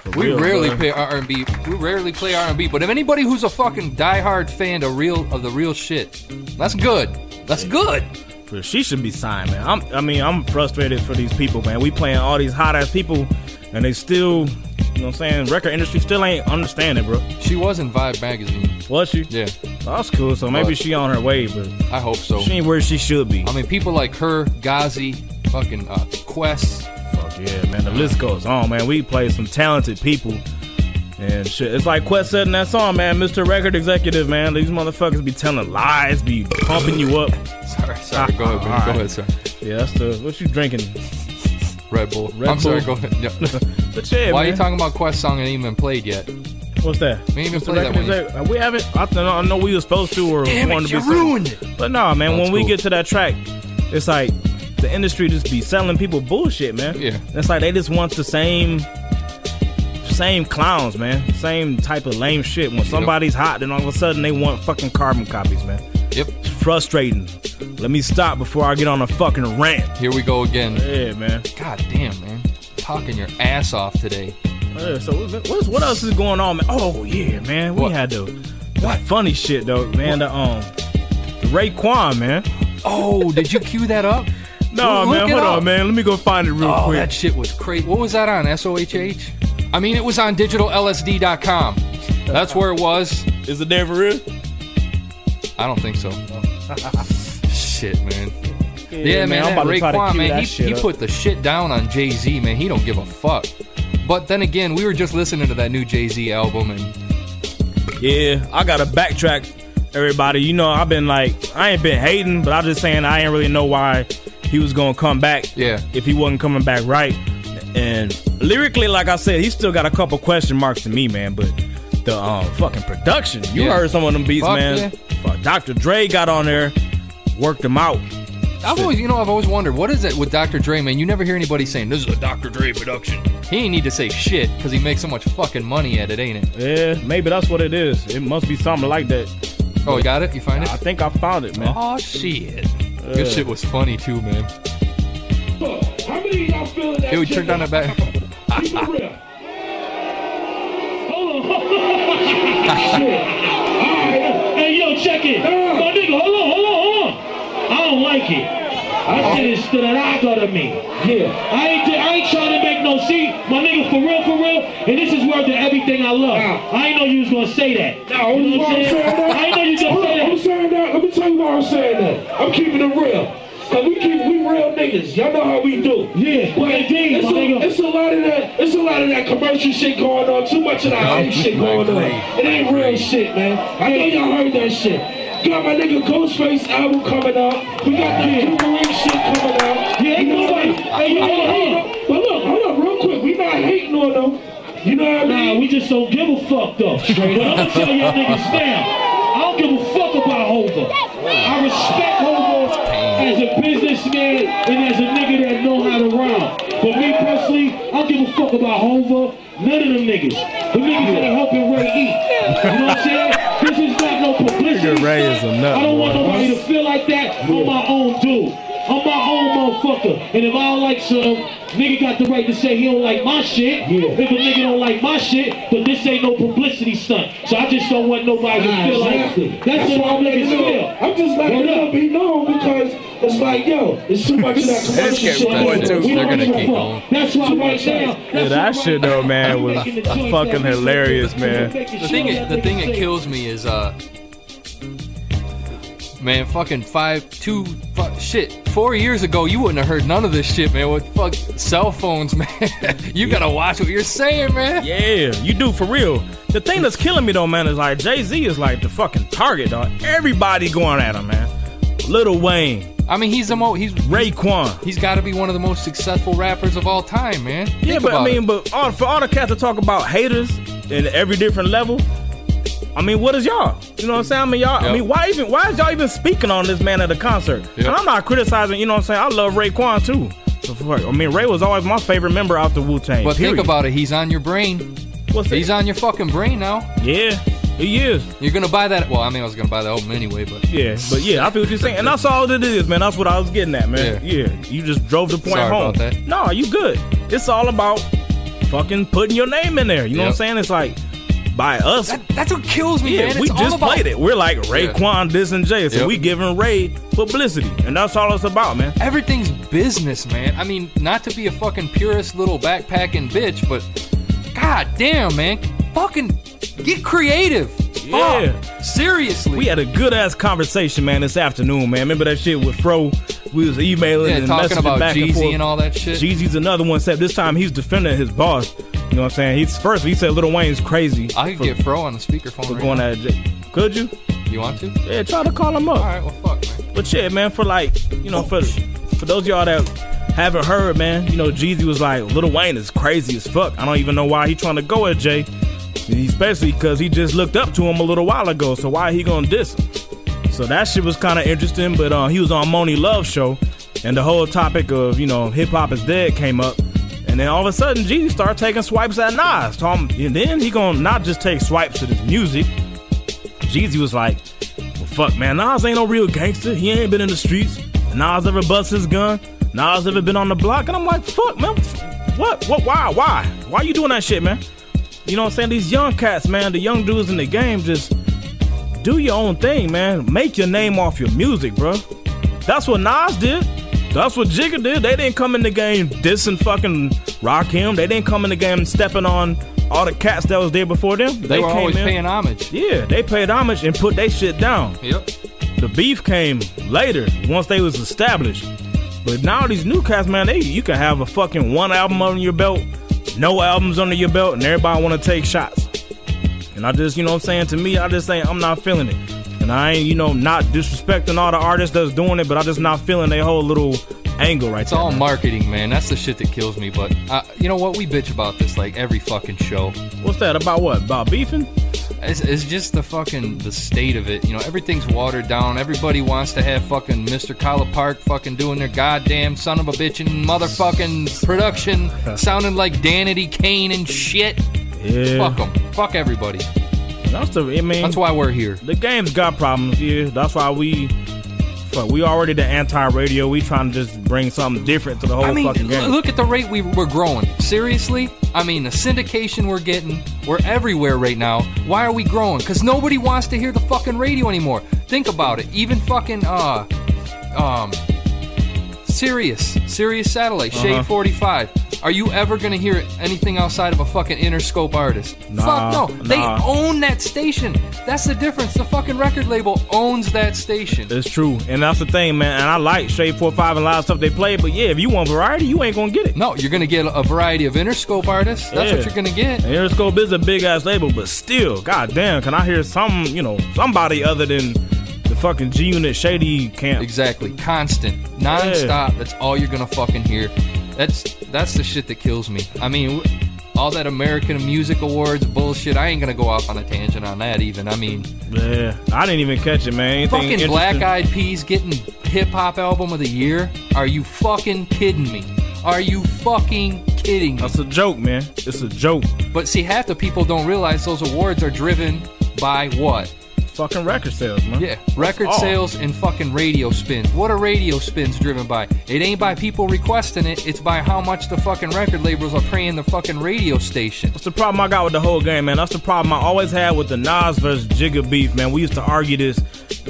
Speaker 5: for We
Speaker 3: real,
Speaker 5: rarely
Speaker 3: man.
Speaker 5: play R and B. We rarely play R and B. But if anybody who's a fucking diehard fan of real of the real shit, that's good. That's good.
Speaker 3: For- She should be signed, man. I'm, I mean, I'm frustrated for these people, man. We playing all these hot ass people, and they still, you know, what I'm saying record industry still ain't understand it, bro.
Speaker 5: She was in Vibe magazine.
Speaker 3: Was she?
Speaker 5: Yeah,
Speaker 3: That's cool. So maybe
Speaker 5: What?
Speaker 3: she on her way, but
Speaker 5: I hope so.
Speaker 3: she ain't where she should be.
Speaker 5: I mean, people like her, Gazi, fucking uh, Quest.
Speaker 3: Fuck yeah, man. The list goes on, man. We play some talented people. And shit, it's like Quest said in that song, man. Mr. Record Executive, man. These motherfuckers be telling lies, be pumping you up.
Speaker 5: Sorry, sorry. Go ahead, man.
Speaker 3: All right.
Speaker 5: go ahead, sir.
Speaker 3: Yeah, that's the what you drinking.
Speaker 5: Red Bull.
Speaker 3: Red
Speaker 5: I'm sorry. Go
Speaker 3: Bull.
Speaker 5: ahead. Yeah.
Speaker 3: But yeah,
Speaker 5: Why are
Speaker 3: man.
Speaker 5: you talking about Quest song that ain't even played yet?
Speaker 3: What's that?
Speaker 5: We ain't even
Speaker 3: Mr.
Speaker 5: played that
Speaker 3: Record
Speaker 5: one yet.
Speaker 3: Exec- Uh, We haven't. I, th- I know we were supposed to or wanted to be.
Speaker 5: it.
Speaker 3: But nah, man.
Speaker 5: No, it's
Speaker 3: when we
Speaker 5: cool.
Speaker 3: get to that track, it's like the industry just be selling people bullshit, man.
Speaker 5: Yeah.
Speaker 3: It's like they just want the same, same clowns, man. Same type of lame shit. When somebody's hot, then all of a sudden they want fucking carbon copies, man.
Speaker 5: Yep.
Speaker 3: It's frustrating. Let me stop before I get on a fucking rant.
Speaker 5: Here we go again.
Speaker 3: Yeah, man.
Speaker 5: God damn, man. Talking your ass off today.
Speaker 3: Yeah, so what- what's, what else is going on, man? Oh yeah, man, we
Speaker 5: What?
Speaker 3: had the that funny shit though, man. The um, the Raekwon, man.
Speaker 5: Oh, did you cue that up?
Speaker 3: No,
Speaker 5: Look
Speaker 3: man,
Speaker 5: it
Speaker 3: hold
Speaker 5: up.
Speaker 3: on, man. Let me go find it real
Speaker 5: Oh,
Speaker 3: quick.
Speaker 5: that shit was crazy. What was that on? SOHH? I mean, it was on digitallsd.com. That's where it was.
Speaker 3: Is it there for real?
Speaker 5: I don't think so. shit, man. Yeah, man,
Speaker 3: I'm
Speaker 5: that
Speaker 3: about to try to
Speaker 5: Raekwon,
Speaker 3: cue
Speaker 5: man,
Speaker 3: that
Speaker 5: he,
Speaker 3: shit
Speaker 5: he
Speaker 3: up.
Speaker 5: put the shit down on Jay Z, man. He don't give a fuck. But then again, we were just listening to that new Jay Z album, and
Speaker 3: Yeah, I gotta backtrack, everybody. You know, I've been like, I ain't been hating, but I'm just saying I ain't really know why he was gonna come back.
Speaker 5: Yeah.
Speaker 3: if he wasn't coming back right, and lyrically, like I said, he still got a couple question marks to me, man. But the um, fucking production, you
Speaker 5: Yeah.
Speaker 3: heard some of them beats,
Speaker 5: Fuck
Speaker 3: man. Fuck, Dr. Dre got on there, worked them out.
Speaker 5: I've always, you know, I've always wondered what is it with Dr. Dre, man. You never hear anybody saying this is a Dr. Dre production. He ain't need to say shit because he makes so much fucking money at it, ain't it?
Speaker 3: Yeah, maybe that's what it is. It must be something like that.
Speaker 5: Oh, you got it? You find it?
Speaker 3: I think I found it, man.
Speaker 5: Oh shit! This
Speaker 3: Yeah.
Speaker 5: shit was funny too, man.
Speaker 9: How many of y'all feeling that?
Speaker 5: Dude,
Speaker 9: shit?
Speaker 5: turn down that back.
Speaker 9: Keep it real. Hold on. Shit. Alright. Hey, yo, check it. My nigga, hold on, hold on, hold on. I don't like it. I said it's still an eye to me. Yeah. I ain't, I ain't trying to make no see. My nigga, for real, for real. And this is worth everything I love. I ain't know you was gonna say that. No, you know what I'm saying? I ain't know you was gonna say that. I'm saying that. Let me tell you why I'm saying that. I'm keeping it real. Cause we keep we real niggas. Y'all know how we do. Yeah. But indeed, it's, a, it's a lot of that. It's a lot of that commercial shit going on. Too much of that hype shit going on. It ain't real shit, man. I know y'all heard that shit. Got my nigga Ghostface album coming out. We got the Jubilee shit coming out. Yeah, ain't nobody. Hey, you know what? But look, hold up, real quick. We not hating on them. You know what I mean? Nah, we just don't give a fuck though. but I'ma tell y'all niggas now. I don't give a fuck about Hova. I respect Hova as a businessman and as a nigga that know how to rhyme. But me personally, I don't give a fuck about Hova. None of them niggas. The niggas that are helping Ray eat. You know what I'm saying? This is not no publicity.
Speaker 3: Nigga Ray is a nut,
Speaker 9: I don't want
Speaker 3: boy.
Speaker 9: nobody to feel like that. I'm my own dude. I'm my own motherfucker. And if I don't like something, nigga got the right to say he don't like my shit. If a nigga don't like my shit, but this ain't no publicity stunt. So I just don't want nobody to feel like that's, what I'm niggas feel. I'm just letting it be known because it's like, yo, it's too much of that commercial
Speaker 5: getting
Speaker 9: shit.
Speaker 5: bored, too.
Speaker 9: We
Speaker 5: They're
Speaker 9: don't
Speaker 5: gonna
Speaker 9: give a
Speaker 5: keep
Speaker 9: fuck.
Speaker 5: going.
Speaker 9: That's why right now.
Speaker 3: Yeah,
Speaker 9: that's
Speaker 3: that
Speaker 9: why
Speaker 3: shit
Speaker 9: right
Speaker 3: though, man,
Speaker 9: now,
Speaker 3: was
Speaker 9: making the choice that
Speaker 3: fucking
Speaker 9: we
Speaker 3: hilarious,
Speaker 9: making.
Speaker 3: man.
Speaker 5: The thing, is- the thing that kills me is, uh, man, fucking five, two, fuck, shit. Four years ago, you wouldn't have heard none of this shit, man. With fuck cell phones, man. you gotta watch what you're saying, man.
Speaker 3: Yeah, you do for real. The thing that's killing me though, man, is like Jay Z is like the fucking target, dog. Everybody going at him, man. Lil Wayne,
Speaker 5: I mean, he's the most, he's
Speaker 3: Raekwon.
Speaker 5: he's got to be one of the most successful rappers of all time, man.
Speaker 3: Yeah,
Speaker 5: Think
Speaker 3: but I
Speaker 5: about
Speaker 3: mean,
Speaker 5: it.
Speaker 3: but all, for all the cats that talk about haters in every different level, I mean, what is y'all? You know what I'm saying? I mean, y'all. I
Speaker 5: Yep.
Speaker 3: mean, why even? Why is y'all even speaking on this man at a concert? And I'm not criticizing. You know what I'm saying? I love Raekwon too. So, fuck, I mean, Ray was always my favorite member out the Wu Tang.
Speaker 5: but think about it. He's on your brain.
Speaker 3: What's
Speaker 5: He's on your fucking brain now.
Speaker 3: Yeah, he is.
Speaker 5: You're gonna buy that. Well, I mean, I was gonna buy the album anyway, but
Speaker 3: Yeah, but yeah, I feel what you're saying, and that's all that it is, man. That's what I was getting at, man. Yeah, you just drove the point
Speaker 5: Sorry
Speaker 3: home.
Speaker 5: about that.
Speaker 3: No, you good. It's all about fucking putting your name in there. You know
Speaker 5: Yep.
Speaker 3: what I'm saying? It's like by us.
Speaker 5: That, that's what kills me,
Speaker 3: yeah,
Speaker 5: man.
Speaker 3: we
Speaker 5: It's all
Speaker 3: just
Speaker 5: about-
Speaker 3: played it. We're like Raekwon, this and Jay, so
Speaker 5: Yep.
Speaker 3: we giving Ray publicity, and that's all it's about, man.
Speaker 5: Everything's business, man. I mean, not to be a fucking purist little backpacking bitch, but god damn, man. Fucking get creative. Fuck.
Speaker 3: Yeah.
Speaker 5: Seriously.
Speaker 3: We had a good ass conversation, man, this afternoon, man. Remember that shit with Fro? We was emailing
Speaker 5: yeah,
Speaker 3: and
Speaker 5: talking
Speaker 3: messaging
Speaker 5: about
Speaker 3: back and
Speaker 5: Jeezy
Speaker 3: forth.
Speaker 5: and all that shit.
Speaker 3: Jeezy's another one, except this time he's defending his boss. You know what I'm saying? He's first he said Lil Wayne's crazy
Speaker 5: I could
Speaker 3: for,
Speaker 5: get Fro on the speakerphone.
Speaker 3: for
Speaker 5: Right
Speaker 3: going
Speaker 5: now.
Speaker 3: at Jay. Could you?
Speaker 5: You want to?
Speaker 3: Yeah, try to call him up.
Speaker 5: All right, well, fuck, man.
Speaker 3: But yeah, man, for like, you know, for for those of y'all that haven't heard, man, you know, Jeezy was like, Lil Wayne is crazy as fuck. I don't even know why he trying to go at Jay. Especially because he just looked up to him a little while ago, so why he gonna diss him? So that shit was kind of interesting, but uh, he was on Moni Love show, and the whole topic of you know hip hop is dead came up, and then all of a sudden Jeezy started taking swipes at Nas. Tom, and then he gonna not just take swipes at his music. Jeezy was like, well, fuck, man. Nas ain't no real gangster. He ain't been in the streets. Nas ever bust his gun. Nas ever been on the block. And I'm like, fuck, man. What? What? Why? Why? Why you doing that shit, man? You know what I'm saying? These young cats, man, the young dudes in the game, just do your own thing, man. Make your name off your music, bro. That's what Nas did. That's what Jigga did. They didn't come in the game dissing fucking Rock Him. They didn't come in the game stepping on all the cats that was there before them. They,
Speaker 5: They, were
Speaker 3: came
Speaker 5: always
Speaker 3: in.
Speaker 5: paying homage.
Speaker 3: Yeah, they paid homage and put they shit down.
Speaker 5: Yep.
Speaker 3: The beef came later once they was established. But now these new cats, man, they you can have a fucking one album under your belt, no albums under your belt, and everybody want to take shots. And I just, you know what I'm saying? To me, I just ain't, I'm not feeling it. And I ain't, you know, not disrespecting all the artists that's doing it, but I just not feeling their whole little angle right
Speaker 5: It's
Speaker 3: there.
Speaker 5: all
Speaker 3: man.
Speaker 5: marketing, man. That's the shit that kills me. But uh, you know what? We bitch about this like every fucking show.
Speaker 3: What's that about? What about beefing?
Speaker 5: It's, it's just the fucking the state of it. You know, everything's watered down. Everybody wants to have fucking Mr. Collar Park fucking doing their goddamn son of a bitch and motherfucking production, sounding like Danity Kane and shit.
Speaker 3: Yeah,
Speaker 5: Fuck 'em. Fuck them. Fuck everybody.
Speaker 3: that's the. I mean,
Speaker 5: That's why we're here.
Speaker 3: the game's got problems, yeah. That's why we fuck, we already the anti radio. We trying to just bring something different to the whole
Speaker 5: I mean,
Speaker 3: fucking
Speaker 5: l-
Speaker 3: game.
Speaker 5: look at the rate we, we're growing. Seriously? I mean, the syndication we're getting, we're everywhere right now. Why are we growing? Because nobody wants to hear the fucking radio anymore. Think about it. Even fucking, uh, um, Sirius, Sirius Satellite,
Speaker 3: Uh-huh.
Speaker 5: Shade 45. Are you ever going to hear anything outside of a fucking Interscope artist?
Speaker 3: Nah,
Speaker 5: Fuck no. They
Speaker 3: nah.
Speaker 5: own that station. That's the difference. The fucking record label owns that station.
Speaker 3: It's true. And that's the thing, man. And I like Shade 45 and a lot of stuff they play, but yeah, if you want variety, you ain't gonna get it.
Speaker 5: No, you're going to get a variety of Interscope artists. That's
Speaker 3: Yeah.
Speaker 5: what you're going to get.
Speaker 3: And Interscope is a big ass label, but still, goddamn, can I hear some, you know, somebody other than the fucking G Unit Shady camp?
Speaker 5: Exactly. Constant, non-stop. That's all you're gonna fucking hear. That's that's the shit that kills me. I mean, wh- all that American Music Awards bullshit. I ain't gonna go off on a tangent on that even. I mean,
Speaker 3: Yeah, I didn't even catch it, man. Anything
Speaker 5: fucking
Speaker 3: interesting?
Speaker 5: Black Eyed Peas getting hip hop album of the year. Are you fucking kidding me? Are you fucking kidding me?
Speaker 3: That's a joke, man. It's a joke.
Speaker 5: But see, half the people don't realize those awards are driven by what?
Speaker 3: Fucking record sales, man.
Speaker 5: Yeah, record
Speaker 3: all.
Speaker 5: sales and fucking radio spins. What are radio spins driven by? It ain't by people requesting it, it's by how much the fucking record labels are paying the fucking radio station.
Speaker 3: That's the problem I got with the whole game, man. That's the problem I always had with the Nas versus Jigga beef, man. We used to argue this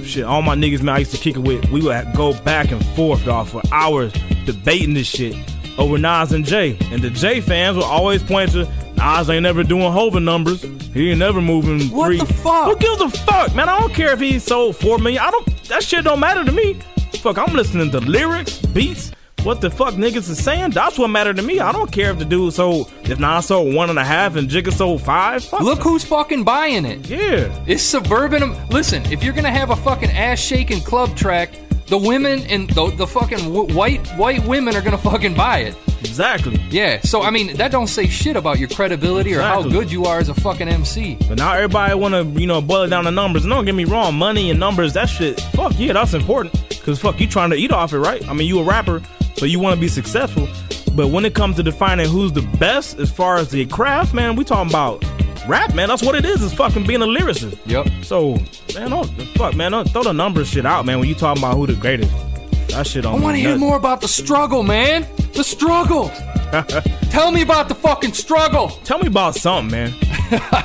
Speaker 3: shit. All my niggas, man, I used to kick it with. We would go back and forth, dog, for hours debating this shit over Nas and Jay. And the Jay fans will always point to Nas ain't never doing Hover numbers. He ain't never moving
Speaker 5: What
Speaker 3: three.
Speaker 5: the fuck?
Speaker 3: Who gives a fuck, man? I don't care if he sold four million. I don't. That shit don't matter to me. Fuck, I'm listening to lyrics, beats. What the fuck niggas is saying? That's what matter to me. I don't care if the dude sold, if Nas sold one and a half and Jigga sold five. Fuck.
Speaker 5: Look who's fucking buying it.
Speaker 3: Yeah.
Speaker 5: It's suburban. Listen, if you're gonna have a fucking ass shaking club track, the women and the, the fucking w- white white women are gonna fucking buy it.
Speaker 3: Exactly.
Speaker 5: Yeah. So I mean, that don't say shit about your credibility or how
Speaker 3: Exactly.
Speaker 5: good you are as a fucking MC.
Speaker 3: But now everybody want to, you know, boil it down to numbers. And don't get me wrong, money and numbers, that shit, fuck yeah, that's important. Because fuck, you trying to eat off it, right? I mean, you a rapper, so you want to be successful. But when it comes to defining who's the best as far as the craft, man, we talking about rap, man. That's what it is. It's fucking being a lyricist.
Speaker 5: Yep.
Speaker 3: So, man, don't, fuck, man, don't throw the numbers shit out, man, when you talking about who the greatest. That shit
Speaker 5: I
Speaker 3: on
Speaker 5: want to hear more about the struggle, man. The struggle. Tell me about the fucking struggle.
Speaker 3: Tell me about something, man.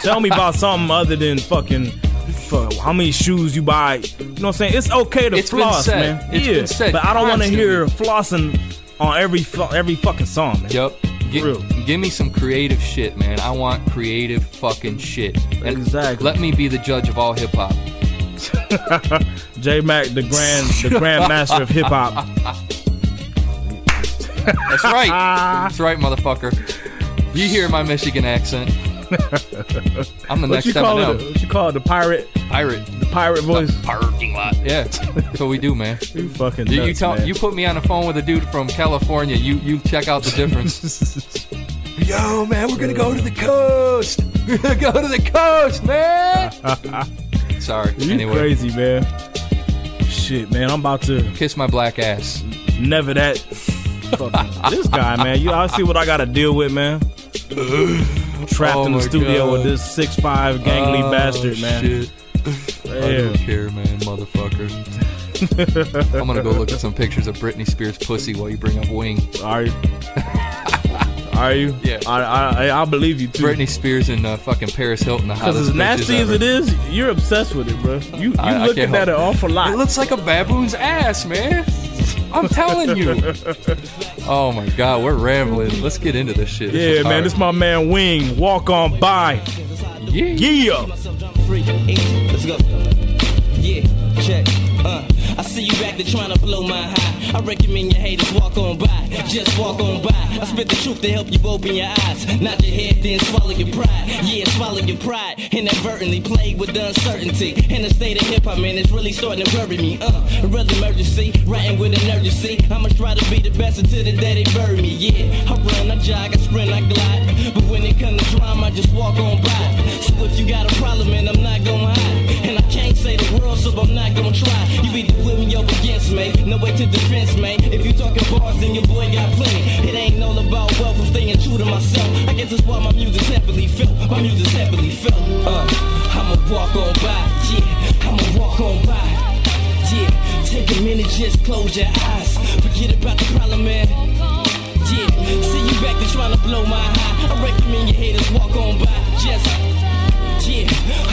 Speaker 3: Tell me about something other than fucking fuck, how many shoes you buy. You know what I'm saying? It's okay to
Speaker 5: It's been
Speaker 3: floss,
Speaker 5: said.
Speaker 3: man.
Speaker 5: It's
Speaker 3: yeah,
Speaker 5: been said
Speaker 3: but I don't want to
Speaker 5: constantly.
Speaker 3: hear flossing on every fu- every fucking song, man.
Speaker 5: Yup. Gi-
Speaker 3: Real.
Speaker 5: Give me some creative shit, man. I want creative fucking shit. And
Speaker 3: Exactly.
Speaker 5: Let me be the judge of all hip hop.
Speaker 3: J Mac, the grand the grand master of hip hop.
Speaker 5: That's right. That's right, motherfucker. You hear my Michigan accent. I'm the
Speaker 3: What
Speaker 5: next
Speaker 3: you call it?
Speaker 5: Eminem.
Speaker 3: What you call it? The pirate
Speaker 5: Pirate.
Speaker 3: the pirate voice?
Speaker 5: Parking lot. Yeah. That's what we do, man.
Speaker 3: You fucking
Speaker 5: You, you
Speaker 3: nuts,
Speaker 5: tell
Speaker 3: man.
Speaker 5: you put me on the phone with a dude from California. You you check out the difference. Yo, man, we're gonna go to the coast. We're gonna go to the coast, man. Sorry.
Speaker 3: You
Speaker 5: anyway,
Speaker 3: crazy, man. Shit, man, I'm about to
Speaker 5: kiss my black ass.
Speaker 3: never that. fucking- this guy, man. You I see what I gotta deal with, man. Trapped
Speaker 5: Oh
Speaker 3: in the
Speaker 5: my
Speaker 3: studio
Speaker 5: God.
Speaker 3: with this six five gangly
Speaker 5: Oh,
Speaker 3: bastard, man.
Speaker 5: Shit. I don't
Speaker 3: Yeah.
Speaker 5: care, man, motherfucker. I'm gonna go look at some pictures of Britney Spears' pussy while you bring up Wing.
Speaker 3: Are you? Are you?
Speaker 5: Yeah.
Speaker 3: I I I, I believe you too.
Speaker 5: Britney Spears and uh, fucking Paris Hilton. the
Speaker 3: Because
Speaker 5: hottest
Speaker 3: as
Speaker 5: bitches
Speaker 3: nasty as
Speaker 5: ever.
Speaker 3: it is, you're obsessed with it, bro. You you
Speaker 5: I- I
Speaker 3: look at
Speaker 5: can't
Speaker 3: that an
Speaker 5: help
Speaker 3: awful
Speaker 5: It
Speaker 3: lot.
Speaker 5: looks like a baboon's ass, man. I'm telling you. Oh my god, we're rambling. Let's get into this shit.
Speaker 3: yeah, man.
Speaker 5: Alright.
Speaker 3: This my man Wing. Walk on by.
Speaker 5: yeah.
Speaker 3: Yeah.
Speaker 11: Let's go. Yeah, check. Uh, I see you back there trying to blow my high. I recommend your haters walk on by. Just walk on by. I spit the truth to help you open your eyes. Knock your head, then swallow your pride. Yeah, swallow your pride. Inadvertently played with the uncertainty. In the state of hip hop, man, it's really starting to bury me. Uh, real emergency. Writing with an urgency. I'ma try to be the best until the day they bury me. Yeah, I run, I jog, I sprint, I glide. But when it comes to drama, I just walk on by. So if you got a problem, man, I'm not gonna hide. And I can't say the world, so I'm not gonna try. You either with me or against me. No way to defense, man. If you talking bars, then your boy got plenty. It ain't all about wealth, I'm staying true to myself. I guess that's why my music's heavily felt. My music's heavily felt. Uh, I'ma walk on by, yeah. I'ma walk on by, yeah. Take a minute, just close your eyes. Forget about the problem, man. Yeah, see you back there trying to blow my high. I recommend your haters walk on by. Just, yeah,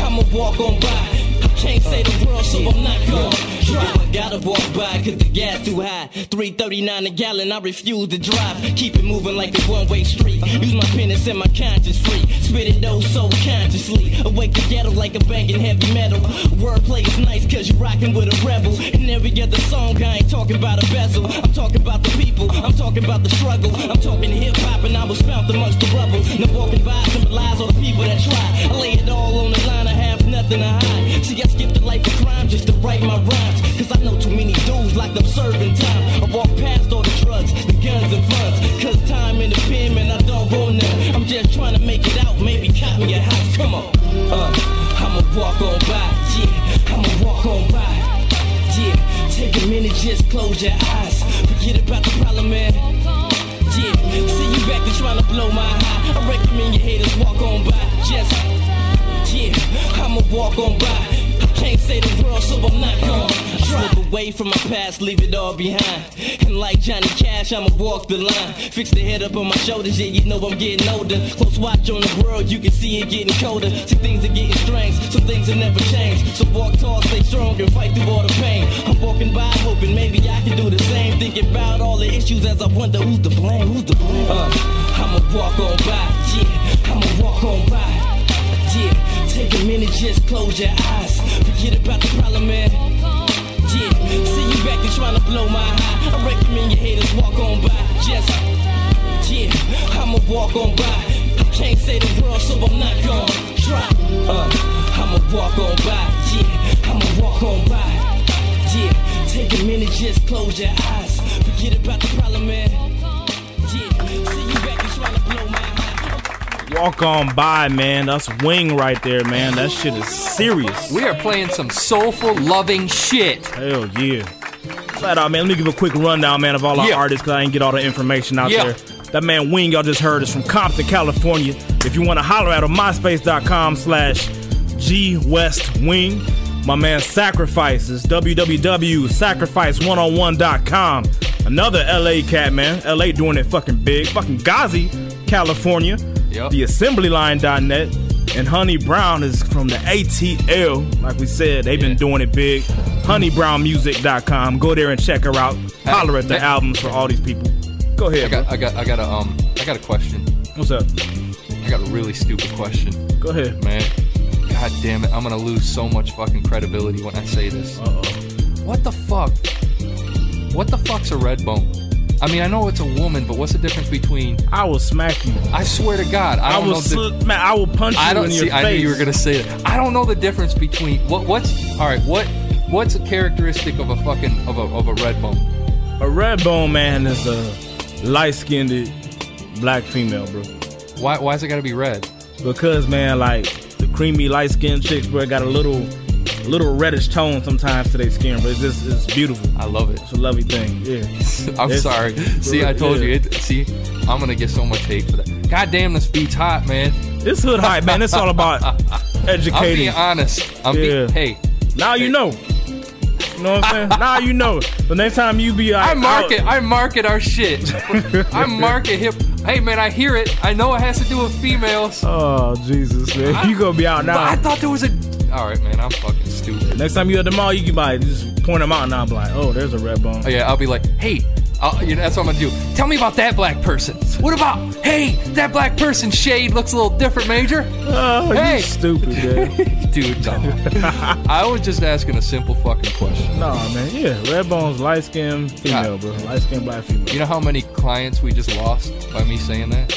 Speaker 11: I'ma walk on by. I can't say the world, so I'm not gonna try. I gotta walk by, cause the gas too high. 339 a gallon, I refuse to drive. Keep it moving like a one-way street. Use my pen and set my conscience free. Spit it though so consciously. Awake the ghetto like a bang in heavy metal. Wordplay is nice, cause you rockin' with a rebel. In every other song, I ain't talking about a bezel. I'm talking about the people, I'm talking about the struggle. I'm talking hip hop, and I was found amongst the rubble. No walking by symbolize all the people that try. I lay it all on the line, I have nothing to hide. See, I skipped the life of crime just to write my rhymes. Cause I know too many dudes like I'm serving time. I walk past all the drugs, the guns and funds. Cause time in the pen, man, I don't want none. I'm just trying to make it out, maybe cop me a house. Come on, uh, I'ma walk on by, yeah, I'ma walk on by. Yeah, take a minute, just close your eyes. Forget about the problem, man. Yeah, see you back there trying to blow my high. I recommend your haters walk on by. Just, yeah, I'ma walk on by. I can't say the world, so I'm not gonna try. Slip away from my past, leave it all behind. And like Johnny Cash, I'ma walk the line. Fix the head up on my shoulders, yeah, you know I'm getting older. Close watch on the world, you can see it getting colder. See, things are getting strange, some things will never change. So walk tall, stay strong, and fight through all the pain. I'm walking by, hoping maybe I can do the same. Thinking about all the issues as I wonder who's to blame, who's to blame. Uh, I'ma walk on by, yeah, I'ma walk on by. Yeah, take a minute, just close your eyes. Forget about the problem, man. Yeah, see you back there trying to blow my high. I recommend your haters walk on by. Just, yeah, I'ma walk on by. I can't say the world, so I'm not gonna try. Uh, I'ma walk on by. Yeah, I'ma walk on by. Yeah, take a minute, just close your eyes. Forget about the problem, man. Yeah, see you back there trying to blow my high.
Speaker 3: Walk on by, man. That's Wing right there, man. That shit is serious.
Speaker 5: We are playing some soulful, loving shit.
Speaker 3: Hell yeah. Flat out, man. Let me give a quick rundown, man, of all our
Speaker 5: Yeah.
Speaker 3: artists because I didn't get all the information out
Speaker 5: Yeah.
Speaker 3: there. That man Wing, y'all just heard, is from Compton, California. If you want to holler at him, myspace.com slash G West Wing. My man Sacrifice is www.sacrifice101.com. Another LA cat, man. LA doing it fucking big. Fucking Ghazi, California.
Speaker 5: Yep.
Speaker 3: The assemblyline.net. And Honey Brown is from the ATL. Like we said, they've been doing it big. HoneyBrownMusic.com. Go there and check her out. Holler at the
Speaker 5: Hey, hey.
Speaker 3: albums for all these people. Go
Speaker 5: I
Speaker 3: ahead.
Speaker 5: got, I got, I got a, um, I got a question.
Speaker 3: bro. What's up?
Speaker 5: I got a really stupid question,
Speaker 3: Go ahead.
Speaker 5: man. God damn it, I'm gonna lose so much fucking credibility when I say this.
Speaker 3: Uh-oh.
Speaker 5: What the fuck? What the fuck's a red bone? I mean, I know it's a woman, but what's the difference between?
Speaker 3: I will smack you.
Speaker 5: I swear to God, I
Speaker 3: I,
Speaker 5: don't
Speaker 3: will
Speaker 5: know. the-
Speaker 3: sl- man, I will punch
Speaker 5: I
Speaker 3: you
Speaker 5: don't
Speaker 3: in
Speaker 5: see.
Speaker 3: your face.
Speaker 5: I knew you were gonna say that. I don't know the difference between what what's all right. What what's a characteristic of a fucking of a of a red bone?
Speaker 3: A red bone man is a light skinned black female, bro.
Speaker 5: Why why's it gotta be red?
Speaker 3: Because man, like the creamy light skinned chicks, bro, got a little little reddish tone sometimes to their skin, but it's just it's beautiful.
Speaker 5: I love it.
Speaker 3: It's a lovely thing. Yeah.
Speaker 5: I'm
Speaker 3: It's-
Speaker 5: sorry. See, I told you.
Speaker 3: yeah.
Speaker 5: It, see, I'm gonna get so much hate for that. God damn, this beat's hot, man.
Speaker 3: This hood hype, man, it's all about
Speaker 5: I'm
Speaker 3: educating.
Speaker 5: being honest. I'm being
Speaker 3: Yeah.
Speaker 5: hey.
Speaker 3: Now you know. You know what I'm saying? now you know. The next time you be
Speaker 5: I
Speaker 3: like,
Speaker 5: market.
Speaker 3: out-
Speaker 5: I market our shit. I market hip. Hey man, I hear it. I know it has to do with females.
Speaker 3: Oh Jesus, man.
Speaker 5: I-
Speaker 3: you gonna be out
Speaker 5: But
Speaker 3: now.
Speaker 5: I thought there was a. All right, man. I'm fucking stupid.
Speaker 3: next time you at the mall, you can buy it. Just point them out and I'll be like, oh, there's a red bone.
Speaker 5: Oh, yeah, I'll be like, hey, I'll, you know, that's what I'm gonna do. Tell me about that black person. What about, hey, that black person shade looks a little different, Major?
Speaker 3: Oh,
Speaker 5: Hey.
Speaker 3: you stupid, man.
Speaker 5: Dude, no. I was just asking a simple fucking question.
Speaker 3: nah, man. Yeah, red bones, light skinned female,
Speaker 5: Yeah.
Speaker 3: bro. Light skinned black female.
Speaker 5: You know how many clients we just lost by me saying that?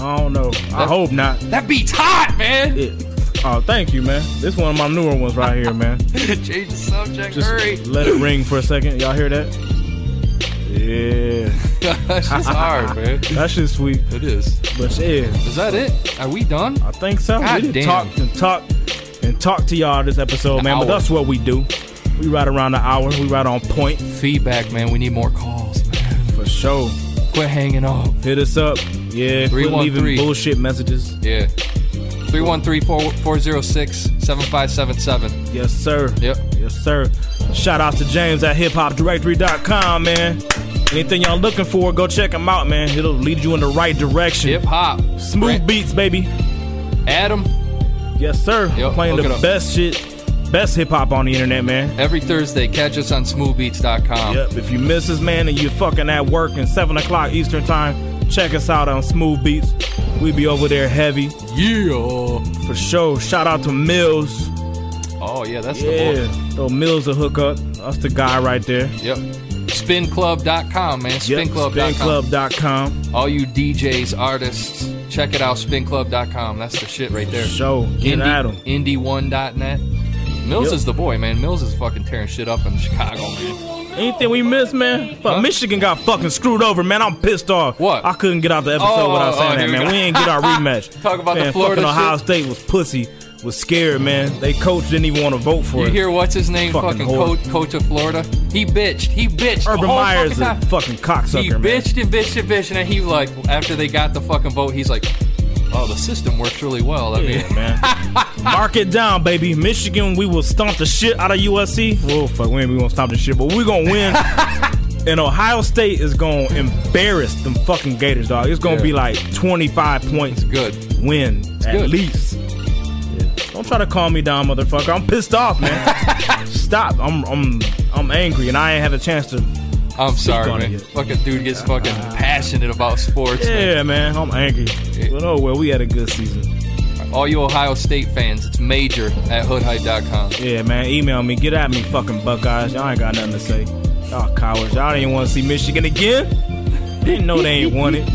Speaker 3: I don't know. I
Speaker 5: That-
Speaker 3: hope not.
Speaker 5: That beat's hot, man!
Speaker 3: It- oh, thank you, man. This one of my newer ones right here, man.
Speaker 5: Change the subject,
Speaker 3: Just
Speaker 5: hurry.
Speaker 3: let it ring for a second. Y'all hear that? Yeah,
Speaker 5: That's just hard, man.
Speaker 3: that shit's sweet.
Speaker 5: It is.
Speaker 3: But yeah,
Speaker 5: Is that it? Are we done?
Speaker 3: I think so.
Speaker 5: God
Speaker 3: we done
Speaker 5: damn.
Speaker 3: talked and talked and talked to y'all this episode, man.
Speaker 5: hour.
Speaker 3: But that's what we do. We right around the hour. We right on point
Speaker 5: Feedback, man. We need more calls, man.
Speaker 3: for sure.
Speaker 5: Quit hanging up.
Speaker 3: Hit us up. Yeah, quit
Speaker 5: 313.
Speaker 3: leaving bullshit messages.
Speaker 5: Yeah. 313 406 7577.
Speaker 3: Yes, sir.
Speaker 5: Yep.
Speaker 3: Yes, sir. Shout out to James at hiphopdirectory.com, man. Anything y'all looking for, go check him out, man. It'll lead you in the right direction.
Speaker 5: Hip hop.
Speaker 3: Smooth beats, baby.
Speaker 5: Adam,
Speaker 3: Yes, sir.
Speaker 5: Yep,
Speaker 3: Playing
Speaker 5: look
Speaker 3: the
Speaker 5: it up.
Speaker 3: best shit, best hip hop on the internet, man.
Speaker 5: every Thursday, catch us on smoothbeats.com.
Speaker 3: Yep. If you miss us, man, and you're fucking at work and 7 o'clock Eastern Time, check us out on Smooth Beats. We be over there heavy
Speaker 5: Yeah.
Speaker 3: for sure. Shout out to Mills.
Speaker 5: Oh, yeah, that's the
Speaker 3: Yeah.
Speaker 5: boy.
Speaker 3: Throw Mills a hookup. That's the guy right there.
Speaker 5: Yep. Spinclub.com, man.
Speaker 3: Yep.
Speaker 5: Spinclub.com.
Speaker 3: Spinclub.com.
Speaker 5: All you DJs, artists, check it out. Spinclub.com. That's the shit right there.
Speaker 3: Show. Get at 'em.
Speaker 5: Indie1.net. Mills
Speaker 3: Yep.
Speaker 5: is the boy, man. Mills is fucking tearing shit up in Chicago, man.
Speaker 3: Anything we missed, man? Fuck,
Speaker 5: Huh?
Speaker 3: Michigan got fucking screwed over, man. I'm pissed off.
Speaker 5: What?
Speaker 3: I couldn't get out the episode
Speaker 5: Oh,
Speaker 3: without
Speaker 5: oh,
Speaker 3: saying
Speaker 5: here
Speaker 3: that,
Speaker 5: we
Speaker 3: man.
Speaker 5: go.
Speaker 3: We ain't get our rematch.
Speaker 5: Talk about the
Speaker 3: man,
Speaker 5: Florida
Speaker 3: fucking Ohio
Speaker 5: shit.
Speaker 3: State was pussy, was scared, man. They coach didn't even want to vote for
Speaker 5: You
Speaker 3: it.
Speaker 5: hear what's his name?
Speaker 3: Fucking
Speaker 5: Fucking,
Speaker 3: whore.
Speaker 5: coach, coach of Florida. He bitched. He bitched. the
Speaker 3: Urban
Speaker 5: whole
Speaker 3: Meyer's
Speaker 5: fucking
Speaker 3: a
Speaker 5: time.
Speaker 3: fucking cocksucker,
Speaker 5: he
Speaker 3: man.
Speaker 5: bitched and bitched and bitched, and he like after they got the fucking vote, he's like, "Oh, the system works really well." I mean,
Speaker 3: Yeah, man. Mark it down, baby. Michigan, we will stomp the shit out of USC. Well, fuck, we ain't we gonna stomp the shit, but we gonna win. and Ohio State is gonna embarrass them fucking Gators, dog. It's gonna
Speaker 5: Yeah.
Speaker 3: be like 25 points.
Speaker 5: good.
Speaker 3: win at
Speaker 5: good.
Speaker 3: least. Don't try to calm me down, motherfucker. I'm pissed off, man. Stop. I'm I'm I'm angry, and I ain't have a chance to.
Speaker 5: I'm sorry,
Speaker 3: on
Speaker 5: man.
Speaker 3: it. Ah.
Speaker 5: Fucking dude gets fucking passionate about sports. man.
Speaker 3: Yeah, man. I'm angry. But oh well, we had a good season.
Speaker 5: All you Ohio State fans, it's major at hoodhype.com.
Speaker 3: Yeah, man. Email me. Get at me, fucking Buckeyes. Y'all ain't got nothing to say. Y'all cowards. Y'all didn't want to see Michigan again. Didn't know they ain't want it.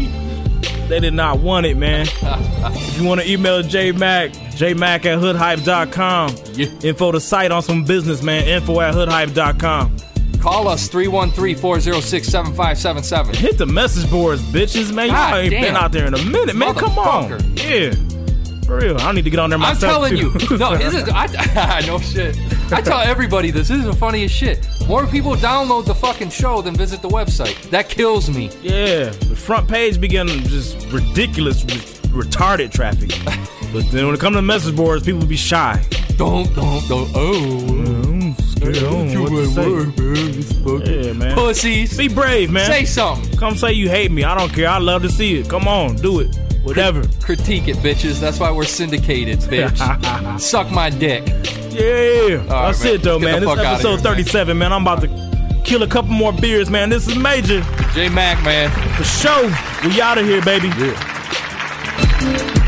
Speaker 3: They did not want it, man. if you want to email J Mac, jmac at hoodhype.com.
Speaker 5: Yeah.
Speaker 3: Info the site on some business, man. Info at hoodhype.com.
Speaker 5: Call us 313-406-7577.
Speaker 3: Hit the message boards, bitches, man.
Speaker 5: God
Speaker 3: Y'all ain't
Speaker 5: damn.
Speaker 3: been out there in a minute, man. Come on. Yeah. For real. I need to get on there
Speaker 5: I'm
Speaker 3: myself.
Speaker 5: telling you,
Speaker 3: too.
Speaker 5: no, this is I, no shit. I tell everybody this. This is the funniest shit. More people download the fucking show than visit the website. That kills me.
Speaker 3: yeah. The front page be getting just ridiculous, re- retarded traffic. But then when it comes to message boards, people be shy.
Speaker 5: Don't, don't, don't. Oh.
Speaker 3: Mm, I don't know what to say. Yeah, man.
Speaker 5: Pussies.
Speaker 3: Be brave, man.
Speaker 5: Say something.
Speaker 3: Come say you hate me. I don't care. I love to see it. Come on, do it. Whatever.
Speaker 5: Critique it, bitches. That's why we're syndicated, bitch. Suck my dick.
Speaker 3: Yeah.
Speaker 5: right,
Speaker 3: That's
Speaker 5: man.
Speaker 3: it, though,
Speaker 5: Get the
Speaker 3: man. This
Speaker 5: fuck outta
Speaker 3: episode
Speaker 5: here, man.
Speaker 3: 37, man. I'm about to kill a couple more beers, man. This is major.
Speaker 5: J Mac, man.
Speaker 3: For sure. We out of here, baby.
Speaker 5: Yeah.